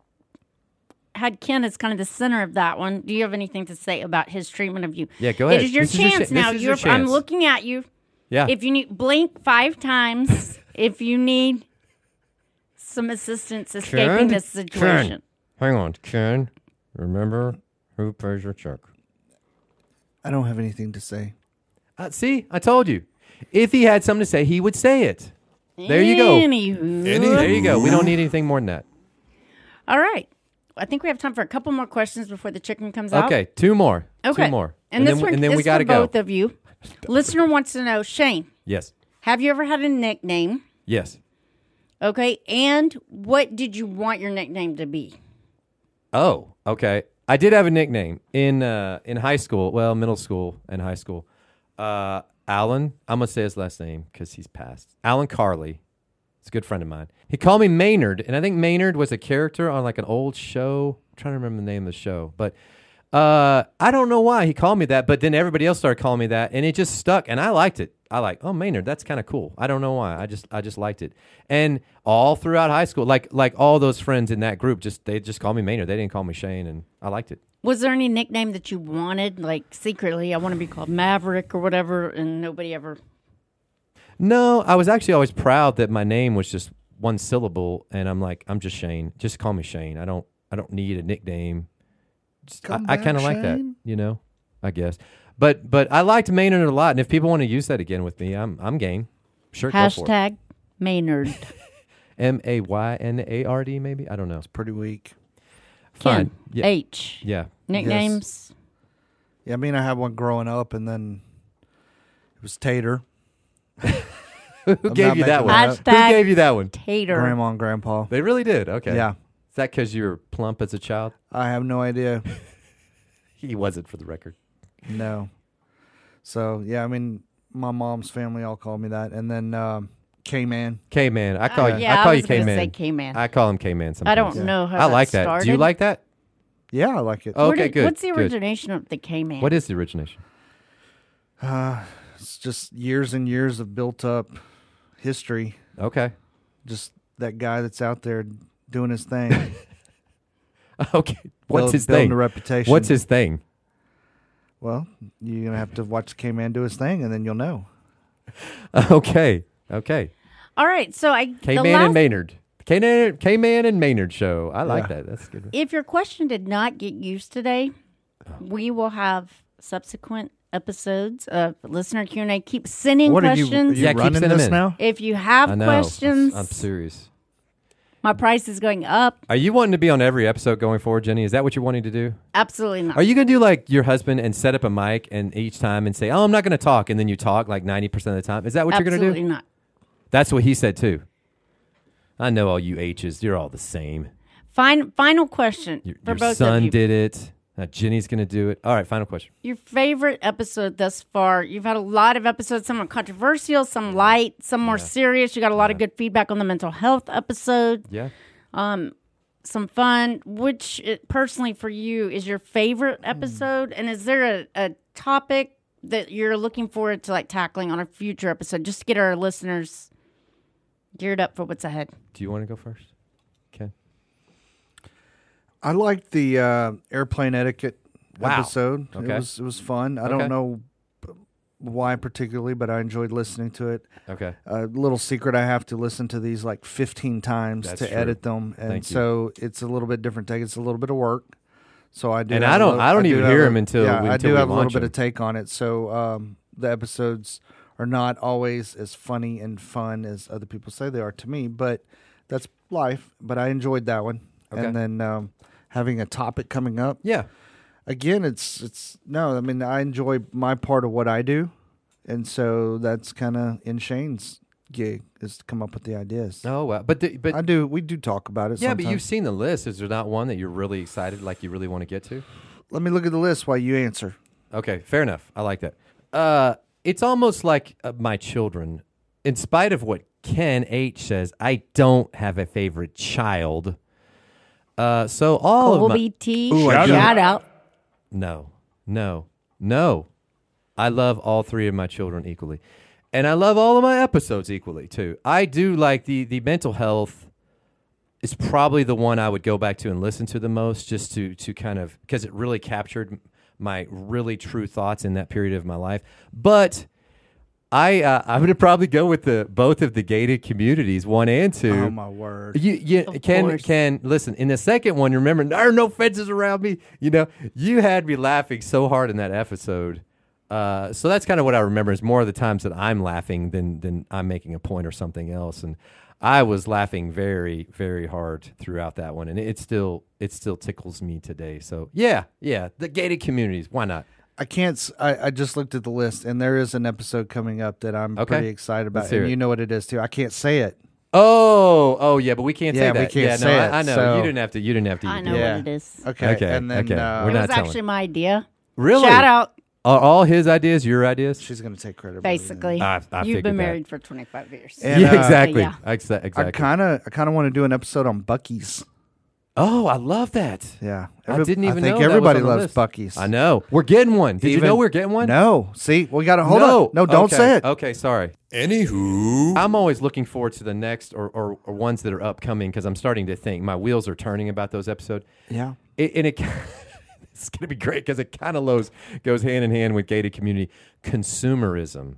had Ken as kind of the center of that one, do you have anything to say about his treatment of you? Yeah, go ahead. It is your This is your chance cha- now. this is You're, your I'm chance. looking at you. Yeah. If you need blink five times, if you need some assistance escaping Ken? this situation. Hang on, Ken. Remember who pays your check. I don't have anything to say. Uh, see, I told you. If he had something to say, he would say it. There you go. Anywho. there you go. We don't need anything more than that. All right. I think we have time for a couple more questions before the chicken comes out. Okay, two more. Okay. Two more. And, this then, one and then is we gotta for go. both of you. Listener wants to know, Shane, yes. have you ever had a nickname? Yes. Okay. And what did you want your nickname to be? Oh, okay. I did have a nickname in uh, in high school. Well, middle school and high school. Uh, Alan. I'm gonna say his last name because he's passed. Alan Carley. He's a good friend of mine. He called me Maynard, and I think Maynard was a character on like an old show. I'm trying to remember the name of the show, but uh, I don't know why he called me that. But then everybody else started calling me that, and it just stuck, and I liked it. I like, oh Maynard, that's kind of cool. I don't know why. I just I just liked it. And all throughout high school, like like all those friends in that group, just they just called me Maynard. They didn't call me Shane, and I liked it. Was there any nickname that you wanted, like secretly? I want to be called Maverick or whatever, and nobody ever. No, I was actually always proud that my name was just one syllable, and I'm like, I'm just Shane. Just call me Shane. I don't, I don't need a nickname. Just, I, Come I back, kind of like that, Shane. you know. I guess, but but I liked Maynard a lot, and if people want to use that again with me, I'm I'm game. Sure, go for it. Hashtag Maynard. M A Y N A R D maybe I don't know. Pretty weak. Fine. Ken, Yeah. H. Yeah. Nicknames. Yeah, I mean, I had one growing up, and then it was Tater. Who I'm gave not you that one? making that up. Who Hashtag- gave you that one? Tater. Grandma and Grandpa. They really did. Okay. Yeah, Is that because you were plump as a child? I have no idea. He wasn't, for the record. No. So yeah, I mean, my mom's family all called me that, and then um, K Man. K man. I call you. Uh, Oh, yeah, I call was you K gonna say man. K-Man. I call him K man. I don't know how I like that. Do you started. like that? Yeah, I like it. Oh. Where Okay, did- good, What's the good. origination of the K Man? What is the origination? Uh, It's just years and years of built up history. Okay. Just that guy that's out there doing his thing. Okay. What's Build- his building thing? a reputation. What's his thing? Well, you're gonna have to watch K-Man do his thing, and then you'll know. Okay. Okay. All right. So I K the Man last, and Maynard. K Man K Man and Maynard show. I like Yeah. that. That's a good. one. if your question did not get used today, we will have subsequent episodes of listener Q and A. Keep sending what are you? Are you questions. Yeah, keep running sending this in. now? if you have I know. questions, I'm serious. my price is going up. Are you wanting to be on every episode going forward, Jenny? Is that what you're wanting to do? Absolutely not. Are you going to do like your husband and set up a mic and each time and say, "Oh, I'm not going to talk," and then you talk like 90% of the time? Is that what Absolutely you're going to do? not. That's what he said too. I know all you H's. You're all the same. Fin- final question Your, for your both son of you. did it. Now Jenny's going to do it. All right, final question. Your favorite episode thus far? You've had a lot of episodes. Some are controversial, some light, some more serious. You got a lot of good feedback on the mental health episode. Yeah. Some fun. Which, uh, personally, for you, is your favorite Hmm. episode? And is there a, a topic that you're looking forward to like tackling on a future episode, just to get our listeners geared up for what's ahead? Do you want to go first? Ken? I liked the uh, airplane etiquette Wow. episode. It Okay. was it was fun. I Okay. don't know why particularly, but I enjoyed listening to it. Okay. a little secret I have to listen to these like 15 times That's to true. edit them and Thank you. so it's a little bit different take it's a little bit of work so I do And have I a don't- little- I don't do even have hear a- 'em until yeah, we- I until do we have a little launch bit 'em. of take on it so um, the episodes are not always as funny and fun as other people say they are to me but that's life but I enjoyed that one Okay. and then um, having a topic coming up Yeah. again it's it's no i mean i enjoy my part of what i do and so that's kind of in shane's gig is to come up with the ideas Oh, wow. But the, but i do we do talk about it yeah, but you've sometimes. seen the list. Is there not one that you're really excited, like you really want to get to? let me look at the list while you answer Okay, fair enough. I like that. Uh, it's almost like uh, my children. In spite of what Ken H says, I don't have a favorite child. Uh, so all of my Colby T. I shout, do. out. no, no, no. I love all three of my children equally, and I love all of my episodes equally too. I do like the the mental health is probably the one I would go back to and listen to the most, just to to kind of because it really captured my really true thoughts in that period of my life. But I uh, I'm gonna probably go with the both of the gated communities, one and two. oh my word You, you can course. can listen in the second one. Remember, there are no fences around me. You know, you had me laughing so hard in that episode. Uh, so that's kind of what I remember is more of the times that I'm laughing than than I'm making a point or something else. And I was laughing very very hard throughout that one, and it still it still tickles me today. So yeah, yeah, the gated communities. Why not? i can't s- I, I just looked at the list and there is an episode coming up that i'm Okay. pretty excited about Let's hear and it. you know what it is too i can't say it Oh oh yeah, but we can't say Yeah, that. we can't yeah, say no, it, I, I know so- you didn't have to. You didn't have to. I you know did. Yeah. what it is. okay, Okay, and then okay. Uh, We're It not was telling. actually my idea. Really? Shout out. Are all his ideas your ideas? she's gonna take credit for everything. basically. I- I You've figured been that. married for 25 years. And, yeah, uh, exactly. Yeah. Exa- i exactly. kind of i kind of want to do an episode on bucky's oh, I love that. yeah I didn't even think know that was everybody on the loves list. bucky's I know. We're getting one. Did you Even- know we're getting one? No. See, we got to hold no. on. No, don't Okay. Oh. say it. Okay, sorry. Anywho. I'm always looking forward to the next or, or, or ones that are upcoming because I'm starting to think my wheels are turning about those episodes. Yeah. It, and it it's going to be great because it kind of goes goes hand in hand with gated community consumerism.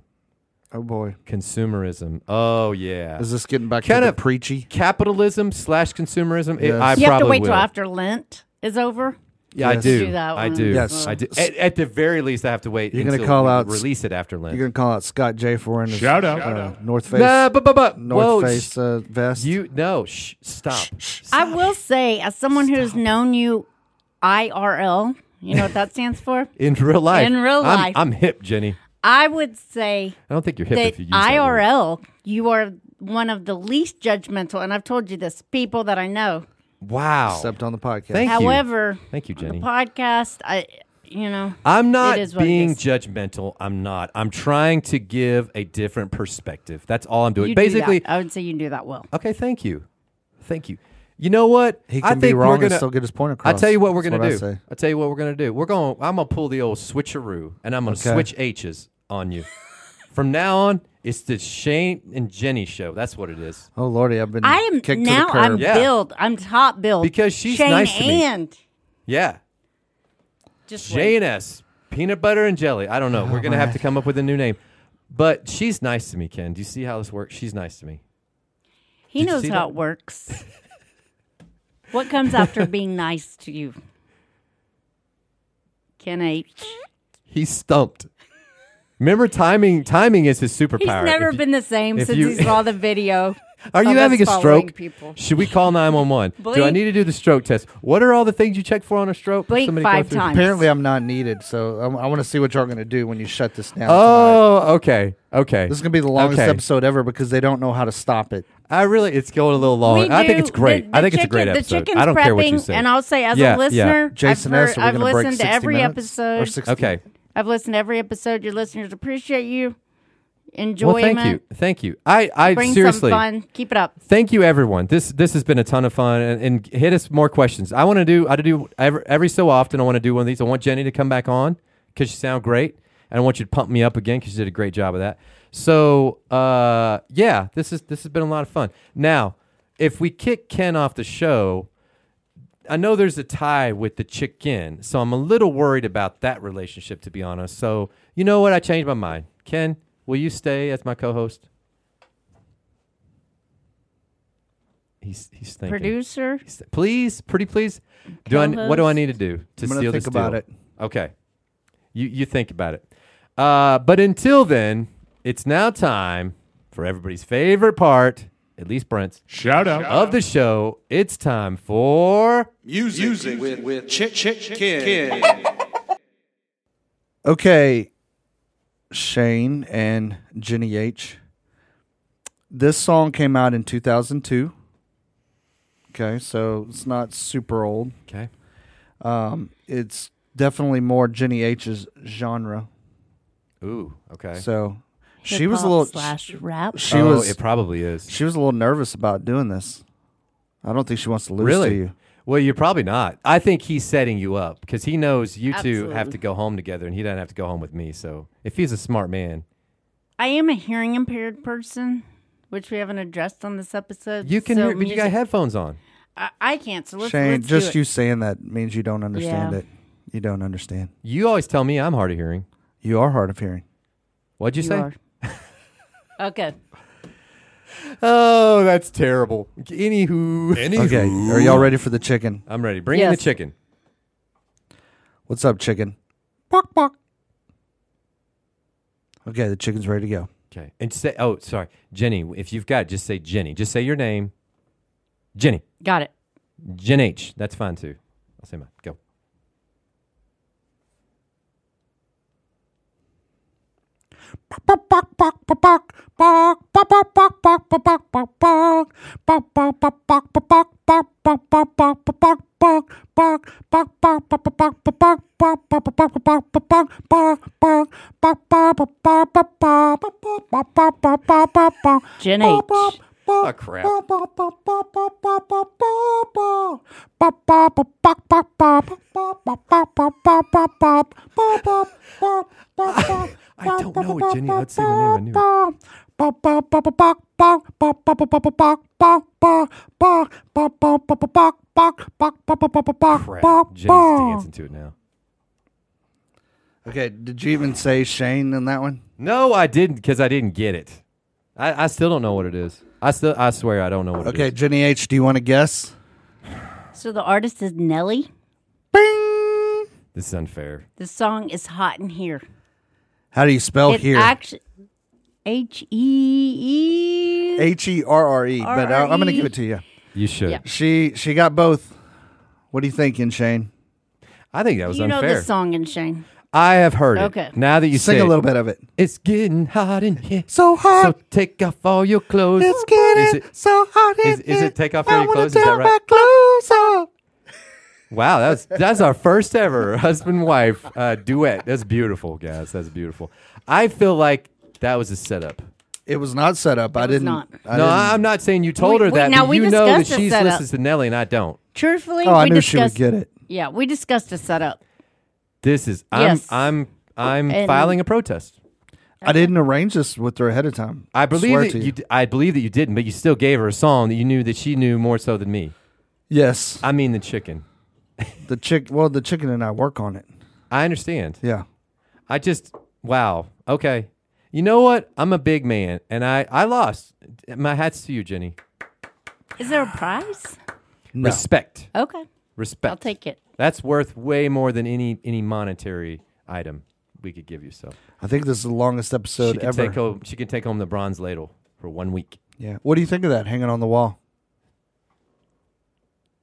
Oh boy, Consumerism. Oh yeah. is this getting back Kind kind of- of preachy? Capitalism slash consumerism. It- Yes. I probably you have to wait will. till after Lent is over. Yeah, I Yes. do. Do that I one. do. Yes. I do. At, at the very least, I have to wait. You're gonna until call we out- release it after Lent. You're gonna call out Scott J for wearing his Shout out. uh, Shout out. North Face Nah, but but but North whoa, Face sh- uh, vest. you no, shh, stop. I will say, as someone who's known you IRL, you know what that stands for? in real life. In real I'm- life. I'm, hip, Jenny. I would say I don't think you're hip that if you use that word. IRL, you are one of the least judgmental, and I've told you this, people that I know. Wow. except on the podcast. Thank you. However, Thank you, Jenny. the podcast, I, you know, I'm not It is what it being is. judgmental. I'm not. I'm trying to give a different perspective. That's all I'm doing. you do that. Basically, I would say you do that well. okay. Thank you, thank you. You know what? He I think can be we're wrong and gonna still get his point I across. tell you what we're That's gonna what I do. say. I tell you what we're gonna do. We're going. to I'm gonna pull the old switcheroo, and I'm gonna Okay. switch H's on you From now on, it's the Shane and Jenny show. That's what it is. Oh lordy, I've been I am kicked now. to the I'm curb. Yeah. billed. I'm top billed Because she's Shane nice to me. and Yeah. just wait. Jane S. Peanut butter and jelly. I don't know. We're gonna have to come up with a new name. But she's nice to me, Ken. Do you see how this works? She's nice to me. He Did you knows see how that? it works. what comes after being nice to you? Ken H. He's stumped. Remember, timing timing is his superpower. He's never If you- been the same if since you- he saw the video. Are of you us having a following stroke? People. Should we call 911? Do I Blink. need to do the stroke test? What are all the things you check for on a stroke? Blink Somebody go five through- times. Apparently, I'm not needed, so I'm, I want to see what y'all going to do when you shut this down. tonight. Oh, okay. Okay. This is going to be the longest Okay. episode ever because they don't know how to stop it. I really, it's going a little We long. Oh, I think do- it's great. the- the I think it's a chicken- great The episode. chicken's I don't prepping, care what you say. And I'll say, as Yeah, yeah. a listener, Jason I've, S. heard- Are we I've going to break listened 60 to every minutes? Or episode. 60? okay. I've listened to every episode. Your listeners appreciate you. Well, Enjoyment. thank you. Thank you. I, I Bring seriously. some fun. Keep it up. Thank you, everyone. This this has been a ton of fun, and, and hit us more questions. I want to do I do every, every so often. I want to do one of these. I want Jenny to come back on because she sound great, and I want you to pump me up again because you did a great job of that. So uh, yeah, this is this has been a lot of fun. Now, if we kick Ken off the show, I know there's a tie with the chicken, so I'm a little worried about that relationship, to be honest. So you know what? I changed my mind. Ken, will you stay as my co-host? He's he's thinking. Producer. He's th- please, pretty please. Do I, what do I Co-host? need to do to I'm gonna seal think this deal? about it. Okay, you you think about it. Uh, but until then, it's now time for everybody's favorite part, at least Brent's, Shout out. of the show. It's time for. Music, with, with Chick Chick Kid. Okay, Shane and Jenny H. This song came out in 2002. Okay, so it's not super old. Okay. Um, it's definitely more Jenny H's genre. Ooh. Okay. So she was a little Hip-hop slash rap. she oh, was It probably is. she was a little nervous about doing this. I don't think she wants to lose really? to you. Well, you're probably not. I think he's setting you up because he knows you two have Absolutely. to go home together, and he doesn't have to go home with me. So if he's a smart man, I am a hearing impaired person, which we haven't addressed on this episode. you can. so hear, but you got music- headphones on. I, I can't. So let's, Shane, let's do just it. you saying that means you don't understand Yeah. it. You don't understand. You always tell me I'm hard of hearing. You are hard of hearing. What'd you, You say? are. okay. Oh, that's terrible. Anywho, anywho. Okay, are y'all ready for the chicken? I'm ready. Bring in the Yes. chicken. What's up, chicken? Bark, bark. Okay, the chicken's ready to go. Okay. And say, oh, sorry, Jenny. If you've got, it, just say Jenny. Just say your name. Jenny. Got it. Jen H. That's fine too. I'll say mine. Go. Jen H. Oh crap. I don't know it, Jenny. I'd say my name. I knew it. Crap. Jenny's dancing to it now. Okay, did you even say Shane in that one? No, I didn't because I didn't get it. I, I still don't know what it is. I still I swear I don't know what it is. Okay, Jenny H, do you want to guess? So the artist is Nelly. This is unfair. The song is Hot in Here. How do you spell it Oh, here? actually H E E. H E R R E, but I, I'm going to RRE. give it to you. You should. Yep. She she got both. What are you thinking, Shane? I think that was You know unfair. this song in Shane. I have heard it. Okay. Now that you Sing say a it. little bit of it. It's getting hot in here. So So hot. take off all your clothes. It's getting Is it- so hot in is- is here. it take off I all your wanna clothes? Is tear that my right? clothes off. Wow, that's that's our first ever husband wife uh, duet. That's beautiful, guys. That's beautiful. I feel like that was a setup. It was not set up. I was didn't. not. I no, didn't- I, am not saying you told We- her we- that. now but we you know that discussed the she setup. listens to Nelly and I don't. Truthfully, oh, I we knew she would discussed. get it. Yeah, we discussed a setup. This is I'm Yes. I'm I'm And- filing a protest. I didn't arrange this with her ahead of time. I believe Swear that to you. d- I believe that you didn't, but you still gave her a song that you knew that she knew more so than me. Yes, I mean the chicken. the chick. Well, the chicken and I work on it. I understand. Yeah, I just wow. Okay. You know what? I'm a big man, and I I lost. My hats to you, Jenny. Is there a prize? no, Respect. Okay, Respect. I'll take it. That's worth way more than any any monetary item we could give you. So I think this is the longest episode she can ever. take home. She can take home the bronze ladle for one week. yeah, what do you think of that hanging on the wall?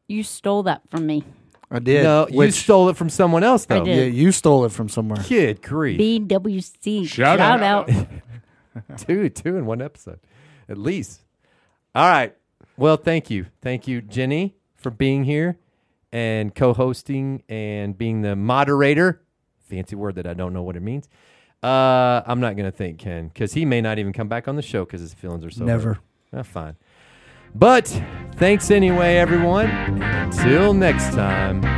You stole that from me. I did. no, you which- stole it from someone else though. did. Yeah, you stole it from somewhere. Kid grief. BWC. Shout out. two two in one episode at least all right well thank you thank you jenny for being here and co-hosting and being the moderator fancy word that i don't know what it means uh, i'm not going to think ken because he may not even come back on the show because his feelings are so Never. hurt. Eh, fine but thanks anyway everyone until next time